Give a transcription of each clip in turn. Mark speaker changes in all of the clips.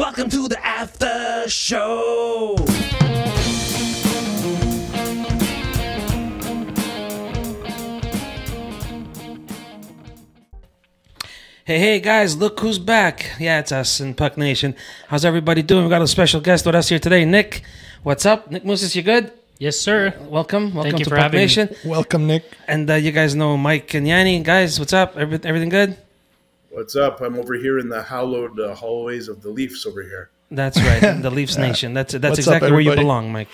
Speaker 1: Welcome to the after show. Hey, hey, guys, look who's back. Yeah, it's us in Puck Nation. How's everybody doing? We got a special guest with us here today, Nick. What's up? Nick Moses, you good?
Speaker 2: Yes, sir.
Speaker 1: Welcome. Welcome to
Speaker 2: you for
Speaker 1: Puck
Speaker 2: having me.
Speaker 1: Nation.
Speaker 3: Welcome, Nick.
Speaker 1: And uh, you guys know Mike and Yanni. Guys, what's up? Every- everything good?
Speaker 4: What's up? I'm over here in the hallowed uh, hallways of the Leafs over here.
Speaker 1: That's right. The Leafs Nation. That's that's
Speaker 3: What's up,
Speaker 1: exactly where you
Speaker 3: everybody?
Speaker 1: belong, Mike.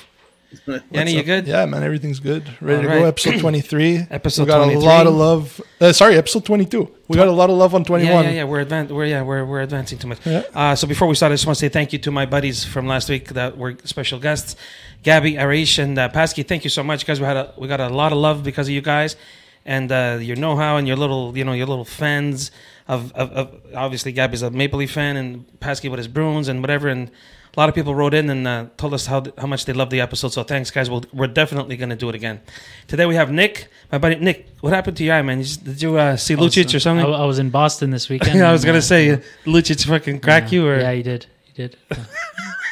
Speaker 1: Yanni, you good?
Speaker 3: Yeah, man, everything's good. Ready
Speaker 1: All
Speaker 3: to
Speaker 1: right.
Speaker 3: go. Episode 23.
Speaker 1: Episode
Speaker 3: We got
Speaker 1: 23.
Speaker 3: a lot of love. Uh, sorry, episode 22. We got a lot of love on
Speaker 1: Yeah,
Speaker 3: 21.
Speaker 1: yeah, yeah. We're advan- we're yeah, we're we're advancing too much.
Speaker 3: Yeah.
Speaker 1: Uh, so before we start, I just want to say thank you to my buddies from last week that were special guests, Gabby, Arish, and uh, Pasky. Thank you so much, guys. We had a, we got a lot of love because of you guys, and uh, your know how and your little you know your little fans of, of, of obviously Gabby's a Maple Leaf fan and Pasky with his Bruins and whatever and. A lot of people wrote in and uh, told us how, how much they loved the episode. So thanks, guys. We'll, we're definitely going to do it again. Today we have Nick, my buddy Nick. What happened to your eye, man? You just- did you uh, see Lucic or
Speaker 2: Oh, I,
Speaker 1: something?
Speaker 2: I was in Boston this weekend.
Speaker 1: Yeah, I
Speaker 2: and,
Speaker 1: was gonna
Speaker 2: uh,
Speaker 1: say, Lucic fucking crack you or
Speaker 2: yeah, you did, you did.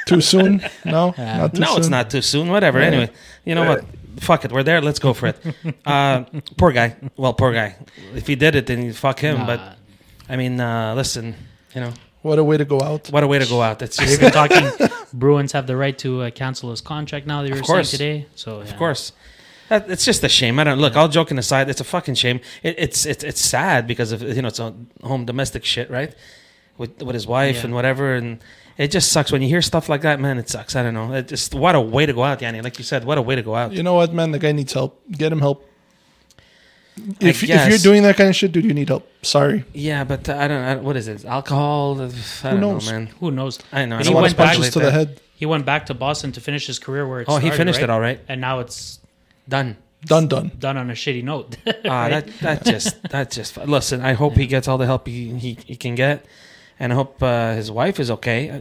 Speaker 3: Too soon? No, not too
Speaker 1: no?
Speaker 3: soon.
Speaker 1: It's not too soon. Uh, Whatever. Anyway, you know what? Fuck it. We're there. Let's go for it. Uh, poor guy. Well, poor guy. If he did it, then fuck him. But
Speaker 2: Nah.
Speaker 1: I mean, uh, listen. You know
Speaker 3: What a way to go out.
Speaker 1: what a way to go out. That's
Speaker 2: We're
Speaker 1: just,
Speaker 2: even talking. Bruins have the right to uh, cancel his contract now. They were saying
Speaker 1: course.
Speaker 2: today. So yeah.
Speaker 1: of course. That, it's just a shame. I don't look. All joking aside, it's a fucking shame. It, it's it's it's sad because of you know it's a home domestic shit, right? With with his wife
Speaker 2: Yeah.
Speaker 1: and whatever, and it just sucks when you hear stuff like that. Man, it sucks. I don't know. It just what a way to go out, Yanni. Like you said, what a way to go out.
Speaker 3: You know what, man? The guy needs help. Get him help. If, if you're
Speaker 1: guess.
Speaker 3: doing that kind of shit, dude, you need help. Sorry.
Speaker 1: Yeah, but uh, I don't. I, don't- what is it? Alcohol? I don't
Speaker 3: knows?
Speaker 1: know, man.
Speaker 2: Who knows?
Speaker 1: I know. I
Speaker 2: He
Speaker 1: don't
Speaker 3: Lot
Speaker 1: wanna
Speaker 3: of
Speaker 2: went back-
Speaker 1: speculate
Speaker 3: punches to
Speaker 1: that.
Speaker 3: the head.
Speaker 2: He went back to Boston to finish his career where it
Speaker 1: Oh, he
Speaker 2: started,
Speaker 1: finished
Speaker 2: right?
Speaker 1: it all right.
Speaker 2: and now it's
Speaker 1: Done.
Speaker 3: Done, done.
Speaker 2: done on a shitty note.
Speaker 1: Ah, that that just that just. Listen, I hope he gets all the help he he, he can get, and I hope uh, his wife is okay. Uh,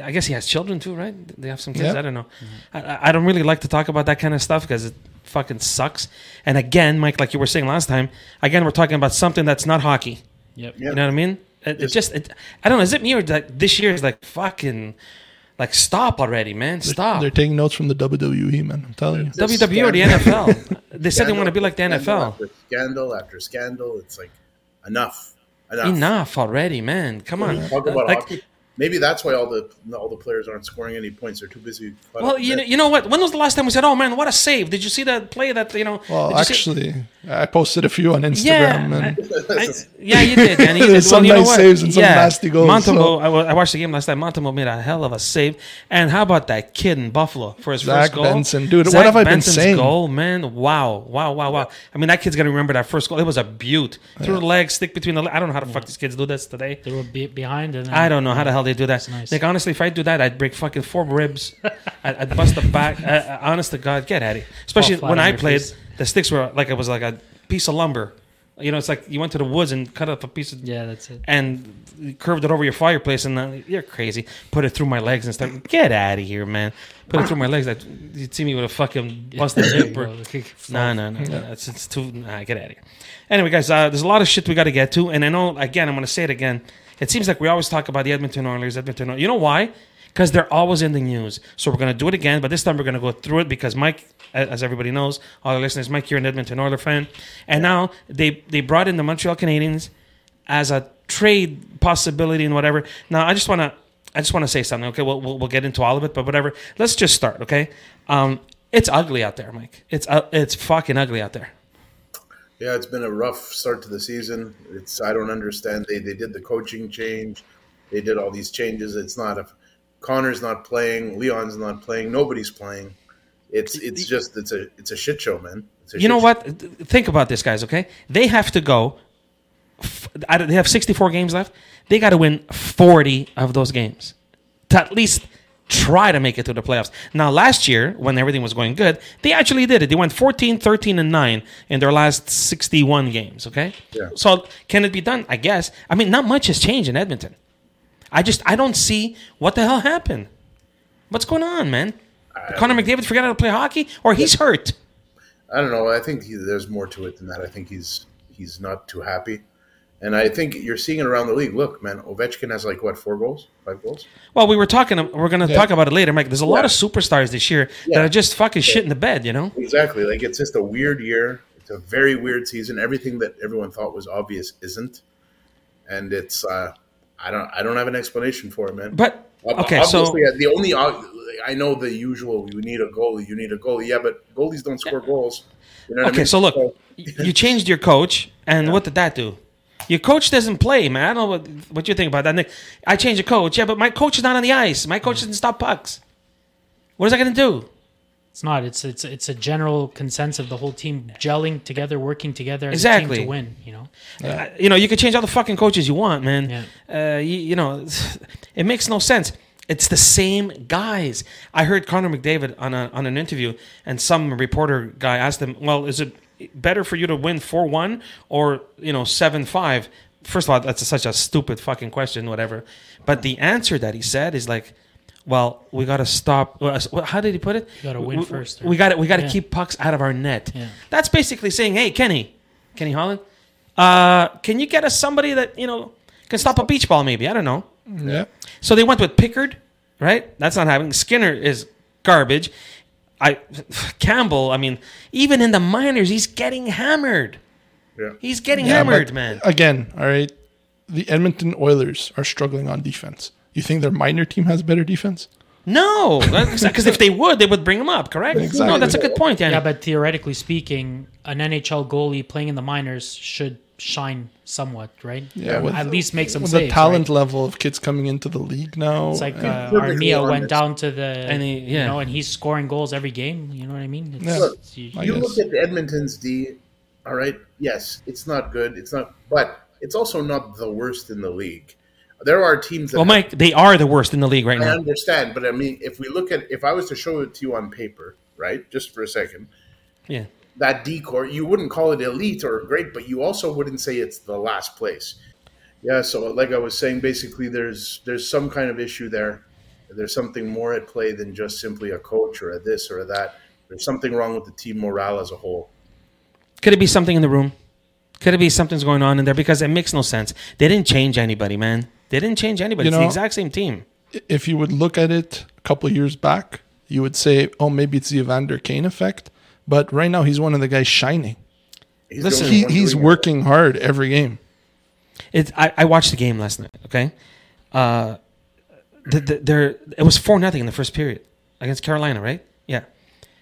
Speaker 1: I, I guess he has children too, right? They have some kids.
Speaker 3: Yeah.
Speaker 1: I don't know. I- I, I don't really like to talk about that kind of stuff because it fucking sucks. And again, Mike, like you were saying last time, again we're talking about something that's not hockey.
Speaker 2: yep.
Speaker 4: Yeah.
Speaker 1: You know what I mean? It, it just, it, I don't know. Is it me or that this year is like fucking, like stop already, man, stop.
Speaker 3: They're taking notes from the WWE, man. I'm telling you.
Speaker 1: WWE or the NFL? They said they want to be like the NFL.
Speaker 4: After scandal after scandal. It's like enough, enough.
Speaker 1: Enough already, man. Come on.
Speaker 4: Talk about
Speaker 1: Like-
Speaker 4: hockey. Maybe that's why all the all the players aren't scoring any points. They're too busy. caught
Speaker 1: well,
Speaker 4: up in
Speaker 1: you know,
Speaker 4: that.
Speaker 1: you know what? When was the last time we said, "Oh man, what a save! Did you see that play that you know?"
Speaker 3: Well,
Speaker 1: did you see-
Speaker 3: actually, I posted a few on Instagram,
Speaker 1: Yeah,
Speaker 3: man.
Speaker 1: I- yeah, you did. And
Speaker 3: There's some nice saves and some nasty goals,
Speaker 1: Montembeau,
Speaker 3: so-
Speaker 1: I, wa- I watched the game last night. Montembeau made a hell of a save. And how about that kid in Buffalo for his
Speaker 3: Zach
Speaker 1: first goal?
Speaker 3: Benson. Dude, what have I been
Speaker 1: Benson's
Speaker 3: saying?
Speaker 1: goal, man. Wow, wow, wow, wow. I mean, that kid's gonna remember that first goal. It was a beaut through the legs, stick between the. le- I don't know how the fuck these kids do this today.
Speaker 2: They were be- behind, and then
Speaker 1: I don't know how the hell they do that.
Speaker 2: nice.
Speaker 1: Like honestly, if I do that, I'd break fucking four ribs. I'd, I'd bust the back. I, I, honest to God, get at it. Especially
Speaker 2: Fall flat
Speaker 1: when
Speaker 2: on
Speaker 1: I
Speaker 2: your
Speaker 1: played,
Speaker 2: face.
Speaker 1: the sticks were like it was like a piece of lumber. You know, it's like you went to the woods and cut up a piece of
Speaker 2: Yeah, that's it.
Speaker 1: and curved it over your fireplace, and uh, you're crazy. Put it through my legs and start. Get out of here, man. Put it through my legs. Like, you'd see me with a fucking busted hip or no, no, no, no. It's, it's too. Nah, get out of here. Anyway, guys, uh, there's a lot of shit we got to get to, and I know. Again, I'm going to say it again. It seems like we always talk about the Edmonton Oilers, Edmonton. Oilers. You know why? Because they're always in the news. So we're going to do it again, but this time we're going to go through it because Mike, a- as everybody knows, all the listeners, Mike, you're an Edmonton Oilers fan, and now they they brought in the Montreal Canadiens as a trade possibility and whatever. Now, I just want to. I just want to say something, okay? We'll, we'll, we'll get into all of it, but whatever. Let's just start, okay? Um, it's ugly out there, Mike. It's uh, it's fucking ugly out there.
Speaker 4: Yeah, it's been a rough start to the season. It's I don't understand. They they did the coaching change, they did all these changes. It's not a Connor's not playing, Leon's not playing, nobody's playing. It's it's just it's a it's a shit show, man. It's a
Speaker 1: You
Speaker 4: shit
Speaker 1: know
Speaker 4: show.
Speaker 1: what? Th- Think about this, guys. Okay, they have to go. f- I don't- They have 64 games left. They got to win 40 of those games to at least try to make it to the playoffs. Now, last year when everything was going good, they actually did it. They went 14, 13, and nine in their last 61 games. Okay,
Speaker 4: Yeah.
Speaker 1: so can it be done? I guess. I mean, not much has changed in Edmonton. I just I don't see what the hell happened. What's going on, man? Connor McDavid forgot how to play hockey, or he's hurt.
Speaker 4: I don't know. I think he, there's more to it than that. I think he's he's not too happy, And I think you're seeing it around the league. Look, man, Ovechkin has like what four goals, five goals.
Speaker 1: Well, we were talking. um, We're going to talk about it later, Mike. There's a lot of superstars this year
Speaker 4: Yeah.
Speaker 1: that are just fucking shit in the bed. You know.
Speaker 4: Exactly. Like it's just a weird year. It's a very weird season. Everything that everyone thought was obvious isn't, and it's uh, I don't I don't have an explanation for it, man.
Speaker 1: But
Speaker 4: Ob-
Speaker 1: okay, so
Speaker 4: obviously, uh, the only ob- I know the usual. You need a goalie. You need a goalie. Yeah, but goalies don't score goals. You know what I
Speaker 1: okay,
Speaker 4: mean?
Speaker 1: so look, you changed your coach, and what did that do? Your coach doesn't play, man. I don't know what, what you think about that, Nick. I changed the coach, yeah, but my coach is not on the ice. My
Speaker 4: Mm.
Speaker 1: coach doesn't stop pucks. What is that going to do?
Speaker 2: It's not. It's it's it's a general consensus of the whole team gelling together, working together as a
Speaker 1: Exactly.
Speaker 2: team to win. You know,
Speaker 1: Uh, you know, you can change all the fucking coaches you want, man. Uh, you, you know, it makes no sense. It's the same guys. I heard Connor McDavid on a, on an interview, and some reporter guy asked him, "Well, is it better for you to win four one or you know seven five? First of all, that's such a stupid fucking question, whatever. But the answer that he said is like, "Well, we got to stop. well, uh, How did he put it?
Speaker 2: You gotta win
Speaker 1: We-
Speaker 2: first,
Speaker 1: We got to we got to
Speaker 2: Yeah.
Speaker 1: keep pucks out of our net.
Speaker 2: Yeah.
Speaker 1: That's basically saying, "Hey, Kenny, Kenny Holland." uh, can you get us somebody that you know can stop a beach ball? Maybe I don't know.
Speaker 3: Yeah.
Speaker 1: So they went with Pickard, right? That's not happening. Skinner is garbage. I Campbell. I mean, even in the minors, he's getting hammered.
Speaker 4: Yeah.
Speaker 1: He's getting
Speaker 3: Yeah,
Speaker 1: hammered,
Speaker 3: but
Speaker 1: man.
Speaker 3: Again, all right. The Edmonton Oilers are struggling on defense. You think their minor team has better defense?
Speaker 1: No, because if they would, they would bring him up, correct? No,
Speaker 3: Exactly.
Speaker 1: that's a good point, Danny.
Speaker 2: yeah. But theoretically speaking, an NHL goalie playing in the minors should shine somewhat, right?
Speaker 3: Yeah, with-
Speaker 2: At least make some
Speaker 3: With
Speaker 2: saves.
Speaker 3: the talent
Speaker 2: right?
Speaker 3: level of kids coming into the league now,
Speaker 2: It's like
Speaker 3: and-
Speaker 2: uh,
Speaker 4: Perfectly
Speaker 2: Armia
Speaker 4: honest.
Speaker 2: went down to the, and
Speaker 1: he-
Speaker 2: you
Speaker 1: yeah.
Speaker 2: know, and he's scoring goals every game. You know what I mean? It's,
Speaker 3: Yeah.
Speaker 2: it's- you-
Speaker 3: I
Speaker 4: you
Speaker 3: guess.
Speaker 4: look at the Edmonton's D. All right, yes, it's not good. It's not, but it's also not the worst in the league. There are teams that
Speaker 1: well, Mike, they are the worst in the league right
Speaker 4: I
Speaker 1: now.
Speaker 4: understand, but I mean, if we look at, if I was to show it to you on paper, right, just for a second,
Speaker 1: Yeah,
Speaker 4: that decor, you wouldn't call it elite or great, but you also wouldn't say it's the last place. Yeah, so like I was saying, basically, there's there's some kind of issue there. There's something more at play than just simply a coach or a this or a that. There's something wrong with the team morale as a whole.
Speaker 1: could it be something in the room? Could it be something's going on in there? Because it makes no sense. They didn't change anybody, man. They didn't change anybody.
Speaker 3: You
Speaker 1: it's the
Speaker 3: know-
Speaker 1: exact same team.
Speaker 3: if you would look at it a couple of years back, you would say, "Oh, maybe it's the Evander Kane effect." But right now, he's one of the guys shining.
Speaker 4: He's
Speaker 1: Listen,
Speaker 4: the only
Speaker 3: He,
Speaker 4: one
Speaker 3: he's
Speaker 4: doing it.
Speaker 3: working hard every game.
Speaker 1: It's I, I watched the game last night. Okay, uh, the, the, there it was four nothing in the first period against Carolina, right? Yeah,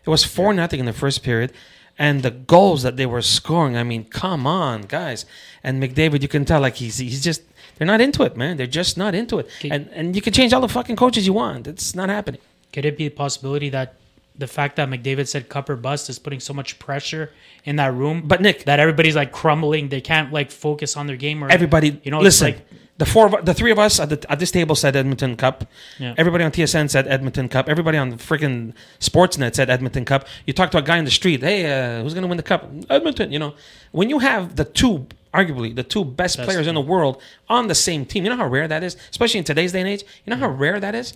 Speaker 1: it was four nothing in the first period, and the goals that they were scoring. I mean, come on, guys! And McDavid, you can tell like he's he's just they're not into it, man. They're just not into it.
Speaker 2: Okay.
Speaker 1: And and you can change all the fucking coaches you want. It's not happening.
Speaker 2: Could it be a possibility that the fact that McDavid said cup or bust is putting so much pressure in that room,
Speaker 1: But Nick,
Speaker 2: that everybody's like crumbling, they can't like focus on their game or
Speaker 1: everybody
Speaker 2: You know, it's
Speaker 1: listen
Speaker 2: like-
Speaker 1: the four of, the three of us at, the, at this table said edmonton cup
Speaker 2: Yeah.
Speaker 1: everybody on tsn said edmonton cup everybody on freaking sportsnet said edmonton cup you talk to a guy in the street hey uh, who's going to win the cup edmonton you know when you have the two arguably the two best
Speaker 2: Best,
Speaker 1: players in the world on the same team you know how rare that is especially in today's day and age you know how rare that is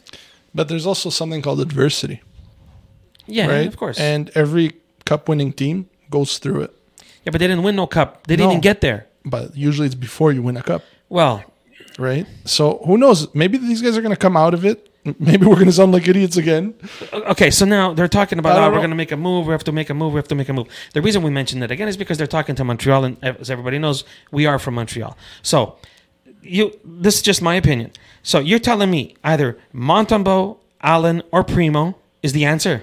Speaker 3: But there's also something called adversity,
Speaker 1: yeah
Speaker 3: right?
Speaker 1: of course
Speaker 3: And every cup-winning team goes through it.
Speaker 1: yeah but they didn't win no cup they didn't
Speaker 3: No.
Speaker 1: even get there
Speaker 3: But usually, it's before you win a cup.
Speaker 1: well
Speaker 3: right? So who knows? Maybe these guys are going to come out of it. Maybe we're going to sound like idiots again.
Speaker 1: Okay, so now they're talking
Speaker 3: I
Speaker 1: about
Speaker 3: don't
Speaker 1: oh, we're
Speaker 3: know.
Speaker 1: going to make a move. We have to make a move. We have to make a move. The reason we mentioned that again is because they're talking to Montreal, and as everybody knows, we are from Montreal. So, you this is just my opinion. So you're telling me either Montembeau, Allen, or Primo is the answer?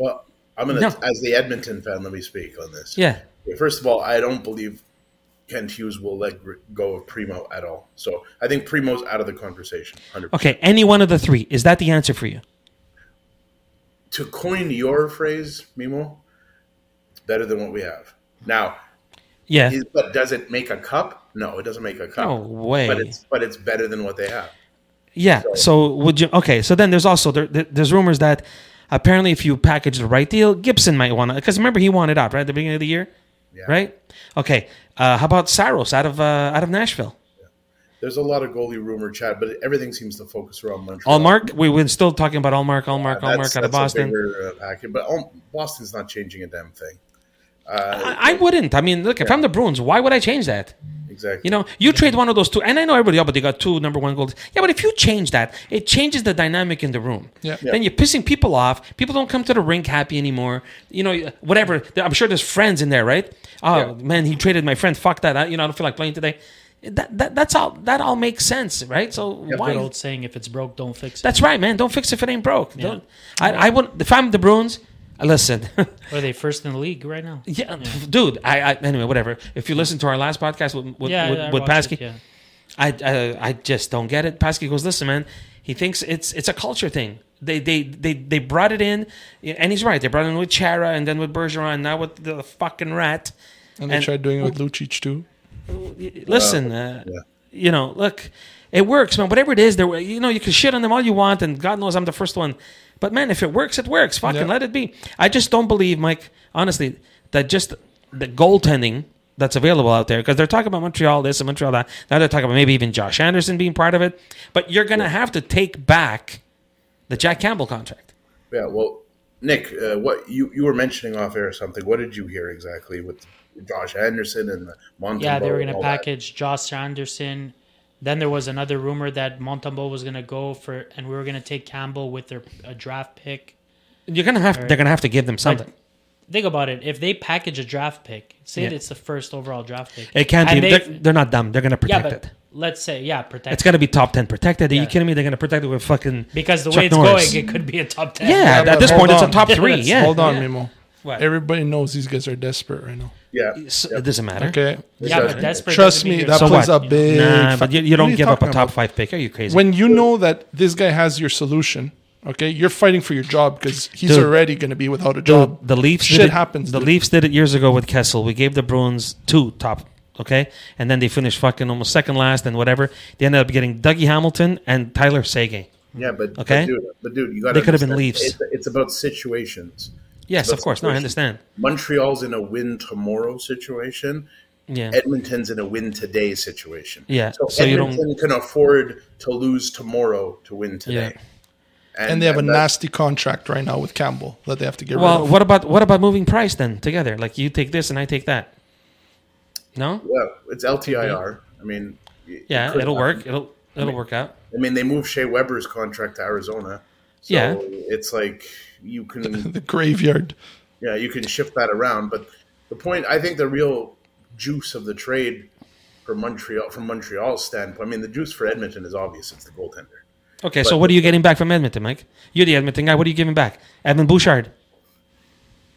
Speaker 4: Well, I'm gonna,
Speaker 1: No.
Speaker 4: as the Edmonton fan, let me speak on this.
Speaker 1: Yeah.
Speaker 4: First of all, I don't believe Kent Hughes will let gr- go of Primo at all. So I think Primo's out of the conversation. 100%.
Speaker 1: Okay, any one of the three is that the answer for you?
Speaker 4: To coin your phrase, Mimo, it's better than what we have now.
Speaker 1: Yeah.
Speaker 4: is- But does it make a cup? No, it doesn't make a cup.
Speaker 1: No way.
Speaker 4: But it's but it's better than what they have.
Speaker 1: Yeah. So would you? Okay. So then there's also there, there- there's rumors that apparently if you package the right deal, Gibson might want to because remember he wanted out right at the beginning of the year,
Speaker 4: Yeah.
Speaker 1: right? Okay. Uh, how about Saros out of uh, out of Nashville?
Speaker 4: There's a lot of goalie rumor chat, but everything seems to focus around Montreal.
Speaker 1: Allmark. We we're still talking about Allmark, Allmark,
Speaker 4: That's-
Speaker 1: Allmark out of
Speaker 4: that's a
Speaker 1: Boston.
Speaker 4: bigger, uh, packet, but all, Boston's not changing a damn thing.
Speaker 1: I, I wouldn't. I mean, look, if I'm the Bruins, why would I change that?
Speaker 4: Exactly.
Speaker 1: You know, you trade one of those two, and I know everybody, oh, but they got two number one goals. Yeah, but if you change that, it changes the dynamic in the room.
Speaker 3: Yeah.
Speaker 1: Then you're pissing people off. People don't come to the rink happy anymore. You know, whatever. I'm sure there's friends in there, right? Oh man, he traded my friend. Fuck that. I, you know, I don't feel like playing today. That, that that's all. That all makes sense, right? So
Speaker 2: Good
Speaker 1: why?
Speaker 2: old saying, if it's broke, don't fix it.
Speaker 1: That's right, man. Don't fix it if it ain't broke. Don't. I, I would. If I'm the Bruins, listen.
Speaker 2: Or are they first in the league right now?
Speaker 1: Yeah, dude. I, I anyway, whatever. If you listen to our last podcast with with,
Speaker 2: Yeah,
Speaker 1: with,
Speaker 2: I
Speaker 1: with
Speaker 2: watched
Speaker 1: Paskey,
Speaker 2: it, yeah.
Speaker 1: I, I I just don't get it. Paskey goes, listen, man. He thinks it's it's a culture thing. They they they they brought it in, and he's right. They brought it in with Chara, and then with Bergeron, now with the fucking rat.
Speaker 3: And they
Speaker 1: And-
Speaker 3: tried doing it with Lucic too.
Speaker 1: Listen, uh, you know, look, it works, man. Whatever it is, there. You know, you can shit on them all you want, and God knows I'm the first one. But man, if it works, it works. Fucking
Speaker 3: Yeah.
Speaker 1: let it be. I just don't believe, Mike. Honestly, that just the goaltending that's available out there because they're talking about Montreal this and Montreal that. Now they're talking about maybe even Josh Anderson being part of it. But you're gonna have to take back the Jack Campbell contract.
Speaker 4: Yeah. Well, Nick, uh, what you, you were mentioning off air or something? What did you hear exactly with Josh Anderson and the Montembeau?
Speaker 2: Yeah, they were
Speaker 4: and
Speaker 2: going to
Speaker 4: all that?
Speaker 2: package Josh Anderson. Then there was another rumor that Montembeau was going to go for, and we were going to take Campbell with their a draft pick.
Speaker 1: You're gonna have. They're gonna have to give them something.
Speaker 2: Think about it. If they package a draft pick, say
Speaker 1: Yeah.
Speaker 2: it's the first overall draft pick.
Speaker 1: It can't.
Speaker 2: and
Speaker 1: Be,
Speaker 2: they-
Speaker 1: they're, they're not dumb. They're gonna
Speaker 2: yeah,
Speaker 1: protect
Speaker 2: but
Speaker 1: it.
Speaker 2: let's say yeah, protect.
Speaker 1: It's gonna be top ten protected. Are you
Speaker 2: Yeah.
Speaker 1: kidding me? They're gonna protect it with fucking
Speaker 2: because the
Speaker 1: Chuck
Speaker 2: way it's
Speaker 1: Norris.
Speaker 2: going, it could be a top ten.
Speaker 1: Yeah, at
Speaker 3: but
Speaker 1: this
Speaker 3: hold
Speaker 1: point, it's
Speaker 3: on.
Speaker 1: a top three.
Speaker 2: Let's
Speaker 1: Yeah,
Speaker 3: Hold on,
Speaker 1: yeah.
Speaker 3: Mimo.
Speaker 1: What?
Speaker 3: Everybody knows these guys are desperate right now.
Speaker 4: Yeah.
Speaker 1: S- It doesn't matter.
Speaker 3: Okay.
Speaker 2: yeah,
Speaker 4: Exactly.
Speaker 2: but desperate.
Speaker 3: Trust
Speaker 2: doesn't mean
Speaker 3: me,
Speaker 2: you're
Speaker 3: that
Speaker 1: So
Speaker 3: plays
Speaker 1: what?
Speaker 3: a big.
Speaker 1: Nah,
Speaker 3: fa-
Speaker 1: but you,
Speaker 3: What
Speaker 1: you
Speaker 3: are
Speaker 1: don't give up a
Speaker 3: talking
Speaker 1: top
Speaker 3: about?
Speaker 1: five pick. Are you crazy?
Speaker 3: When you know that this guy has your solution, okay, you're fighting for your job because he's
Speaker 1: Dude.
Speaker 3: already going to be without a
Speaker 1: the,
Speaker 3: job.
Speaker 1: the Leafs
Speaker 3: Shit
Speaker 1: did it,
Speaker 3: happens,
Speaker 1: The
Speaker 3: dude.
Speaker 1: Leafs did it years ago with Kessel. We gave the Bruins two top, okay, and then they finished fucking almost second last and whatever. They ended up getting Dougie Hamilton and Tyler Sagan.
Speaker 4: Yeah, but
Speaker 1: Okay.
Speaker 4: But dude, but dude you got.
Speaker 1: They could've been Leafs.
Speaker 4: It's, it's about situations.
Speaker 1: Yes,
Speaker 4: But
Speaker 1: of course. No, I
Speaker 4: situation-
Speaker 1: understand.
Speaker 4: Montreal's in a win tomorrow situation.
Speaker 1: Yeah,
Speaker 4: Edmonton's in a win today situation.
Speaker 1: Yeah,
Speaker 4: So,
Speaker 1: so you don't-
Speaker 4: Edmonton can afford to lose tomorrow to win today.
Speaker 1: Yeah.
Speaker 3: and they have a
Speaker 4: that's-
Speaker 3: nasty contract right now with Campbell that they have to get
Speaker 1: Well,
Speaker 3: rid of.
Speaker 1: what about what about moving price then together? Like you take this and I take that. No.
Speaker 4: Yeah, it's LTIR. I mean, it- it
Speaker 1: Yeah,
Speaker 4: could
Speaker 1: it'll
Speaker 4: happen.
Speaker 1: work. It'll it'll work out.
Speaker 4: I mean, they moved Shea Weber's contract to Arizona. So
Speaker 1: Yeah.
Speaker 4: it's like you can
Speaker 3: the graveyard.
Speaker 4: yeah you can shift that around. But the point, I think, the real juice of the trade for Montreal from Montreal's standpoint, I mean, the juice for Edmonton is obvious. It's the goaltender.
Speaker 1: Okay, so what are you getting back from Edmonton, Mike? You're the Edmonton guy. What are you giving back? Edmund Bouchard.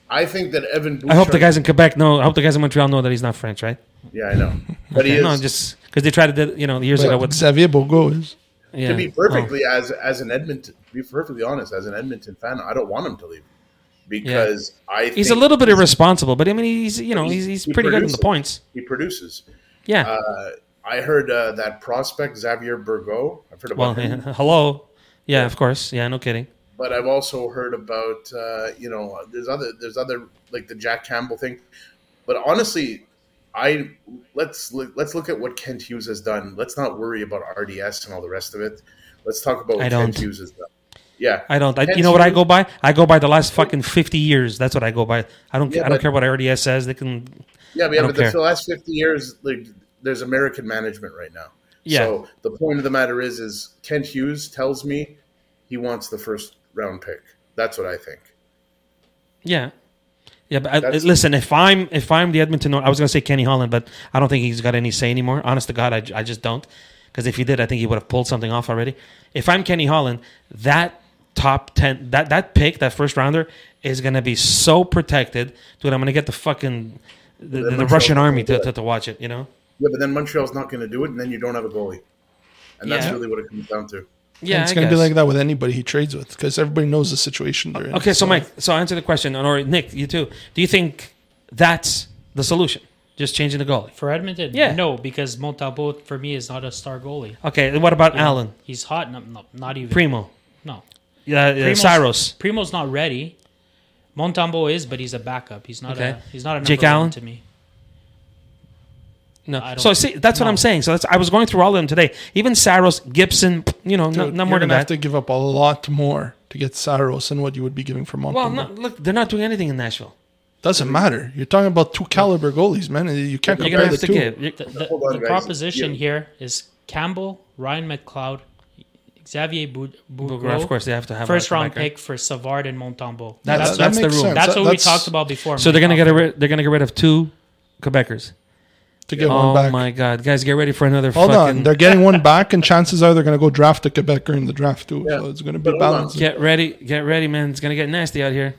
Speaker 4: I think that Evan. Bouchard,
Speaker 1: I hope the guys in Quebec know. I hope the guys in Montreal know that he's not French, right?
Speaker 4: Yeah, I know, but he
Speaker 1: Yeah,
Speaker 4: is.
Speaker 1: no, just because they tried to, you know, years ago.
Speaker 3: But
Speaker 1: With,
Speaker 3: Xavier Bogo is.
Speaker 1: yeah.
Speaker 4: to be perfectly as as an Edmonton, to be perfectly honest, as an Edmonton fan, I don't want him to leave because I
Speaker 1: Oh. he's a
Speaker 4: think
Speaker 1: little bit irresponsible, but I mean, he's you know, he's, he's
Speaker 4: He
Speaker 1: pretty good in the
Speaker 4: produces.
Speaker 1: points.
Speaker 4: he produces.
Speaker 1: Yeah.
Speaker 4: Uh, I heard uh, that prospect Xavier Burgo. I've heard about
Speaker 1: well,
Speaker 4: him,
Speaker 1: yeah. hello. Yeah, of course. Yeah, no kidding.
Speaker 4: but I've also heard about uh, you know there's other there's other like the Jack Campbell thing. But honestly, I let's look, let's look at what Kent Hughes has done. Let's not worry about RDS and all the rest of it. Let's talk about what
Speaker 1: I
Speaker 4: Kent
Speaker 1: don't.
Speaker 4: Hughes has done. Yeah,
Speaker 1: I don't. I,
Speaker 4: Kent
Speaker 1: you know what I
Speaker 4: Hughes-
Speaker 1: go by? I go by the last fucking fifty years. That's what I go by. I don't.
Speaker 4: Yeah,
Speaker 1: I don't
Speaker 4: but-
Speaker 1: care what RDS says. They can.
Speaker 4: Yeah, but, yeah,
Speaker 1: don't
Speaker 4: but the,
Speaker 1: care.
Speaker 4: for the last fifty years, like, there's American management right now.
Speaker 1: Yeah.
Speaker 4: So the point of the matter is, is Kent Hughes tells me he wants the first round pick. That's what I think.
Speaker 1: Yeah. Yeah, but I,
Speaker 4: That's-
Speaker 1: listen. If I'm if I'm the Edmonton, I was gonna say Kenny Holland, but I don't think he's got any say anymore. Honest to God, I, I just don't. Because if he did, I think he would have pulled something off already. If I'm Kenny Holland, that top ten, that that pick, that first rounder, is gonna be so protected, dude. I'm gonna get the fucking the, the,
Speaker 4: Montreal
Speaker 1: Russian
Speaker 4: won't
Speaker 1: army
Speaker 4: do
Speaker 1: to,
Speaker 4: it.
Speaker 1: to, to watch it. You know?
Speaker 4: Yeah, but then Montreal's not going to do it, and then you don't have a goalie, and that's
Speaker 1: Yeah.
Speaker 4: really what it comes down to.
Speaker 1: Yeah,
Speaker 3: it's
Speaker 1: I
Speaker 3: going to be
Speaker 1: guess.
Speaker 3: like that with anybody he trades with because everybody knows the situation they're in.
Speaker 1: Okay, so Mike, so answer the question, or Nick, you too. Do you think that's the solution? Just changing the goalie?
Speaker 2: For Edmonton,
Speaker 1: Yeah.
Speaker 2: no, because Montembeau for me is not a star goalie.
Speaker 1: Okay, and what about Allen
Speaker 2: He's hot. No, no, not even.
Speaker 1: Primo?
Speaker 2: no.
Speaker 1: Yeah, uh,
Speaker 2: Primo's-
Speaker 1: Saros.
Speaker 2: Primo's not ready. Montembeau is, but he's a backup. He's not
Speaker 1: Okay.
Speaker 2: a. He's not a number
Speaker 1: Jake
Speaker 2: one
Speaker 1: Allen?
Speaker 2: to me.
Speaker 1: No.
Speaker 2: I don't
Speaker 1: So
Speaker 2: think-
Speaker 1: see, that's what
Speaker 2: no.
Speaker 1: I'm saying. So that's I was going through all of them today. Even Saros, Gibson, you know, no,
Speaker 3: Dude,
Speaker 1: no
Speaker 3: you're
Speaker 1: more
Speaker 3: going
Speaker 1: than
Speaker 3: to
Speaker 1: that.
Speaker 3: have to give up a lot more to get Saros than what you would be giving for Montembeau.
Speaker 1: well, no, look, they're not doing anything in Nashville.
Speaker 3: Doesn't matter. You're talking about two caliber goalies, man. and You can't
Speaker 1: You're
Speaker 3: compare
Speaker 1: gonna have
Speaker 3: the
Speaker 1: to
Speaker 3: two.
Speaker 1: get. you're-
Speaker 2: The, the,
Speaker 4: Hold on,
Speaker 2: the
Speaker 4: guys.
Speaker 2: proposition
Speaker 4: Yeah.
Speaker 2: here is Campbell, Ryan McLeod, Xavier Bou-
Speaker 1: Bugler,
Speaker 2: Bougreau,
Speaker 1: of course, they have to have a
Speaker 2: first round
Speaker 1: linebacker.
Speaker 2: pick for Savard and Montembeau.
Speaker 3: Yeah,
Speaker 1: That's- that's
Speaker 3: that- that
Speaker 1: the
Speaker 3: makes
Speaker 1: rule.
Speaker 3: sense.
Speaker 2: That's
Speaker 3: That-
Speaker 2: what we talked about before.
Speaker 1: So they're gonna
Speaker 2: Mike.
Speaker 1: get a ri- they're gonna get rid of two Quebecers.
Speaker 3: to get one
Speaker 1: Oh
Speaker 3: back.
Speaker 1: my god, guys, get ready for another.
Speaker 3: Hold
Speaker 1: fucking,
Speaker 3: on, they're getting one back, and chances are they're going to go draft a Quebecer in the draft too.
Speaker 4: Yeah.
Speaker 3: So it's going to
Speaker 4: But
Speaker 3: be
Speaker 4: hold on.
Speaker 3: balanced.
Speaker 1: Get ready, get ready, man. It's gonna get nasty out here.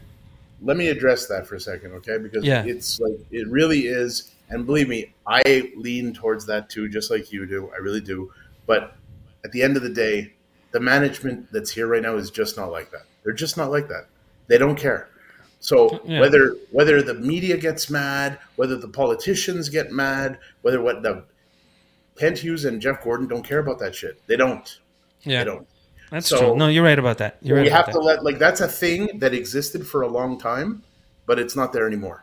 Speaker 4: let me address that for a second, okay? Because
Speaker 1: Yeah.
Speaker 4: it's like it really is, and believe me, I lean towards that too, just like you do. I really do. But at the end of the day, the management that's here right now is just not like that. They're just not like that. They don't care. So
Speaker 1: Yeah.
Speaker 4: whether whether the media gets mad, whether the politicians get mad, whether what the Kent Hughes and Jeff Gordon don't care about that shit. They don't.
Speaker 1: Yeah,
Speaker 4: They don't.
Speaker 1: that's
Speaker 4: So-
Speaker 1: true. No, you're right about that. You're right
Speaker 4: we
Speaker 1: about
Speaker 4: have
Speaker 1: that.
Speaker 4: to let like that's a thing that existed for a long time, but it's not there anymore.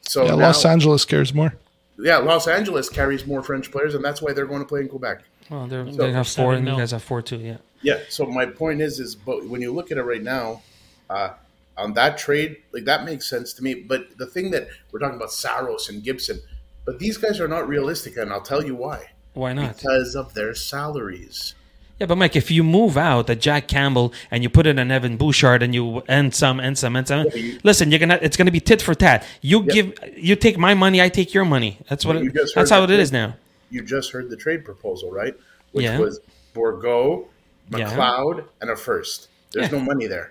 Speaker 4: So
Speaker 3: Yeah,
Speaker 4: now-
Speaker 3: Los Angeles cares more.
Speaker 4: yeah, Los Angeles carries more French players, and that's why they're going to play in Quebec.
Speaker 1: well, they're, they have four, and you guys have four too. Yeah,
Speaker 4: Yeah. So my point is, is but when you look at it right now, uh, on that trade, like that makes sense to me. But the thing that we're talking about, Saros and Gibson, but these guys are not realistic, and I'll tell you why.
Speaker 1: why not?
Speaker 4: Because of their salaries.
Speaker 1: Yeah, but Mike, if you move out a Jack Campbell and you put in an Evan Bouchard and you and some and some and some, listen, you're gonna it's gonna be tit for tat. You give, you take my money, I take your money. That's what.
Speaker 4: You
Speaker 1: It,
Speaker 4: just
Speaker 1: that's
Speaker 4: heard
Speaker 1: how it
Speaker 4: the-
Speaker 1: is now.
Speaker 4: You just heard the trade proposal, right? Which
Speaker 1: Yeah.
Speaker 4: was Borgo,
Speaker 1: Yeah.
Speaker 4: McLeod, and a first. There's
Speaker 1: Yeah.
Speaker 4: no money there.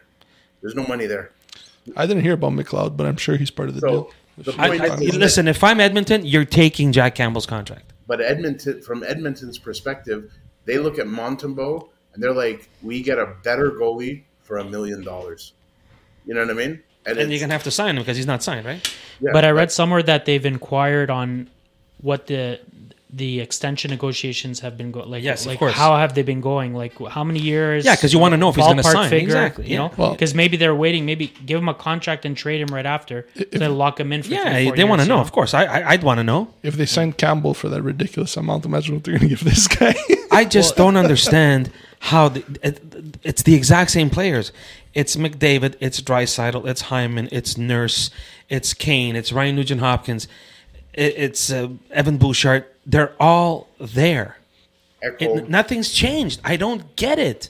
Speaker 4: There's no money there.
Speaker 3: I didn't hear about McLeod, but I'm sure he's part of the
Speaker 4: So
Speaker 3: deal.
Speaker 4: the
Speaker 1: I,
Speaker 4: point
Speaker 1: I,
Speaker 4: is, is that-
Speaker 1: listen, if I'm Edmonton, you're taking Jack Campbell's contract.
Speaker 4: But Edmonton, from Edmonton's perspective, they look at Montembeau and they're like, "We get a better goalie for a million dollars." You know what I mean?
Speaker 1: And you're
Speaker 4: it's-
Speaker 1: gonna have to sign him because he's not signed, right?
Speaker 4: yeah,
Speaker 2: But I read somewhere that they've inquired on what the the extension negotiations have been going. Like,
Speaker 1: Yes, of
Speaker 2: like
Speaker 1: course.
Speaker 2: how have they been going? Like, how many years?
Speaker 1: Yeah, 'cause you wanna know if he's gonna
Speaker 2: Ballpark
Speaker 1: sign. Exactly,
Speaker 2: You
Speaker 1: yeah.
Speaker 2: know,
Speaker 3: Well-
Speaker 2: because maybe they're waiting. Maybe give him a contract and trade him right after to lock him in for. three,
Speaker 1: Yeah,
Speaker 2: four
Speaker 1: they want to
Speaker 2: years,
Speaker 1: know,
Speaker 2: you
Speaker 1: of course. I, I I'd want to know.
Speaker 3: If they signed Campbell for that ridiculous amount, imagine what they're going to give this guy.
Speaker 1: I just don't understand how the, it, it's the exact same players. It's McDavid, it's Drysidel, it's Hyman, it's Nurse, it's Kane, it's Ryan Nugent Hopkins, it, it's uh, Evan Bouchard. They're all there. It,
Speaker 4: Echo,
Speaker 1: Nothing's changed. I don't get it.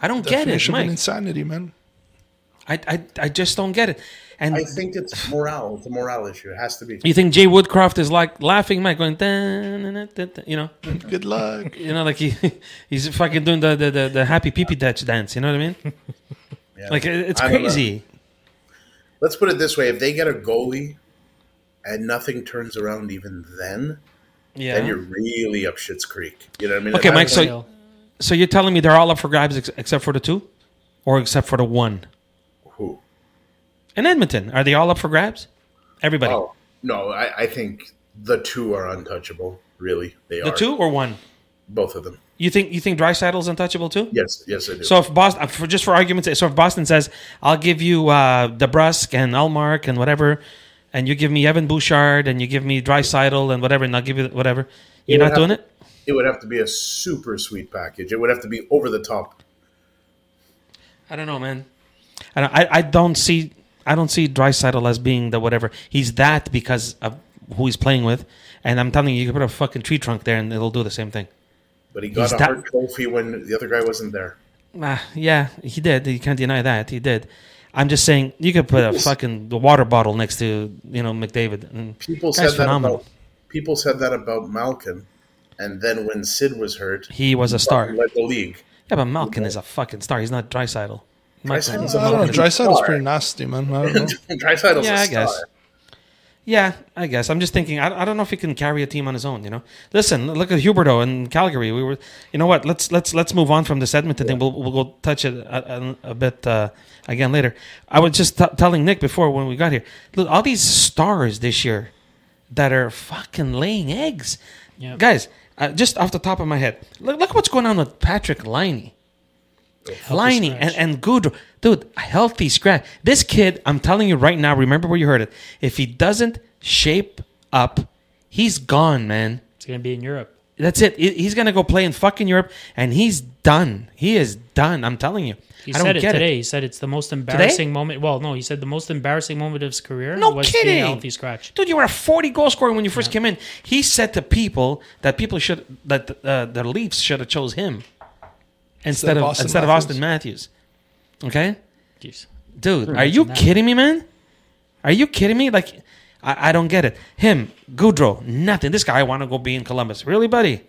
Speaker 1: I don't get it,
Speaker 3: Definition of
Speaker 1: Mike.
Speaker 3: insanity, man.
Speaker 1: I, I, I just don't get it. And
Speaker 4: I think it's morale. It's a morale issue. It has to be.
Speaker 1: you think Jay Woodcroft is like laughing, Mike, going, "Dun, dun, dun, dun, dun," you know,
Speaker 3: Good luck.
Speaker 1: you know, like he he's fucking doing the the, the, the happy pee pee Dutch dance. You know what I mean?
Speaker 4: Yeah.
Speaker 1: Like it- it's
Speaker 4: I don't know.
Speaker 1: crazy.
Speaker 4: Let's put it this way: if they get a goalie and nothing turns around even then, then
Speaker 1: Yeah.
Speaker 4: you're really up shit's creek. You know what I mean?
Speaker 1: Okay,
Speaker 4: If I
Speaker 1: Mike,
Speaker 4: was-
Speaker 2: know?
Speaker 1: so- So you're telling me they're all up for grabs ex- except for the two, or except for the one
Speaker 4: who?
Speaker 1: in Edmonton? Are they all up for grabs? Everybody,
Speaker 4: Oh no, I, I think the two are untouchable. Really, they
Speaker 1: the
Speaker 4: are
Speaker 1: two or one?
Speaker 4: both of them.
Speaker 1: You think you think Drysaddle's untouchable too?
Speaker 4: Yes, yes, I do.
Speaker 1: So if Boston, for, just for argument's sake, so if Boston says, "I'll give you uh, DeBrusque and Allmark and whatever," and you give me Evan Bouchard and you give me Drysaddle and whatever, and I'll give you whatever, you're
Speaker 4: would
Speaker 1: not
Speaker 4: have-
Speaker 1: doing it.
Speaker 4: it would have to be a super sweet package. It would have to be over the top.
Speaker 1: I don't know, man. I don't, I, I don't see I don't see Drysaddle as being the whatever. He's that because of who he's playing with, and I'm telling you, you can put a fucking tree trunk there and it'll do the same thing.
Speaker 4: But he got
Speaker 1: He's
Speaker 4: a
Speaker 1: that-
Speaker 4: hard trophy when the other guy wasn't there.
Speaker 1: Ah, yeah, he did. You can't deny that he did. I'm just saying you could put a fucking the water bottle next to you know McDavid. And
Speaker 4: People
Speaker 1: Guy's
Speaker 4: said that
Speaker 1: phenomenal.
Speaker 4: about people said that about Malkin, and then when Sid was hurt, he
Speaker 1: he was a star.
Speaker 4: led the league.
Speaker 1: Yeah, but Malkin is a fucking star. He's not Drysaddle.
Speaker 4: Dreisaitl-
Speaker 3: I don't know.
Speaker 4: Malkin.
Speaker 3: Drysaddle's pretty nasty, man. I don't know.
Speaker 4: Dreisaitl's
Speaker 1: Yeah,
Speaker 4: a
Speaker 1: I
Speaker 4: star.
Speaker 1: guess. Yeah, I guess. I'm just thinking. I, I don't know if he can carry a team on his own. You know. Listen, look at Huberto in Calgary. We were. You know what? Let's let's let's move on from this Edmonton thing. We'll we'll go touch it a, a, a bit uh, again later. I was just t- telling Nick before when we got here. Look, all these stars this year that are fucking laying eggs,
Speaker 2: Yep.
Speaker 1: guys. Uh, just off the top of my head, look, look wats going on with Patrick Liney. Liney
Speaker 2: scratch.
Speaker 1: and, and Goudreau. Dude, a healthy scratch. This kid, I'm telling you right now, remember where you heard it. If he doesn't shape up, he's gone, man.
Speaker 2: It's gonna be in Europe.
Speaker 1: That's it. He- He's gonna go play in fucking Europe, and he's done. He is done. I'm telling you.
Speaker 2: He
Speaker 1: I don't
Speaker 2: said it
Speaker 1: get
Speaker 2: today.
Speaker 1: it.
Speaker 2: He said it's the most embarrassing moment. Well, no, he said the most embarrassing moment of his career
Speaker 1: No
Speaker 2: was
Speaker 1: kidding.
Speaker 2: being a healthy scratch.
Speaker 1: Dude, you were a 40 goal scorer when you first came in. He said to people that people should that uh, the Leafs should have chose him instead
Speaker 3: of
Speaker 1: of
Speaker 3: Austin
Speaker 1: instead of
Speaker 3: Matthews.
Speaker 1: Austin Matthews. Okay.
Speaker 2: Jeez.
Speaker 1: Dude, are you
Speaker 2: that.
Speaker 1: kidding me, man? Are you kidding me? Like, I, I don't get it. Him, Goudreau, nothing. This guy, I want to go be in Columbus. Really, buddy?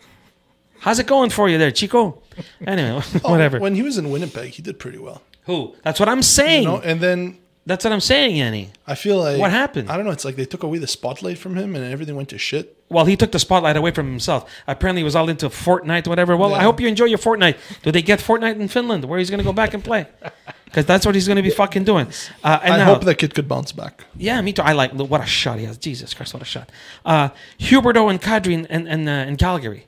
Speaker 1: How's it going for you there, Chico? Anyway,
Speaker 3: Oh,
Speaker 1: whatever.
Speaker 3: When he was in Winnipeg, he did pretty well.
Speaker 1: Who? That's what I'm saying.
Speaker 3: You know, and then
Speaker 1: That's what I'm saying, Yanni.
Speaker 3: I feel like
Speaker 1: What happened?
Speaker 3: I don't know. It's like they took away the spotlight from him, and everything went to shit.
Speaker 1: Well, he took the spotlight away from himself. Apparently, he was all into Fortnite, whatever. Well, I
Speaker 3: Yeah.
Speaker 1: hope you enjoy your Fortnite. Do they get Fortnite in Finland, where he's going to go back and play? Because that's what he's going to be fucking doing. Uh, and
Speaker 3: I
Speaker 1: now-
Speaker 3: hope that kid could bounce back.
Speaker 1: Yeah, me too. I like look, what a shot he has. Jesus Christ, what a shot. Uh, Huberto and Kadri in, in, in, uh, in Calgary.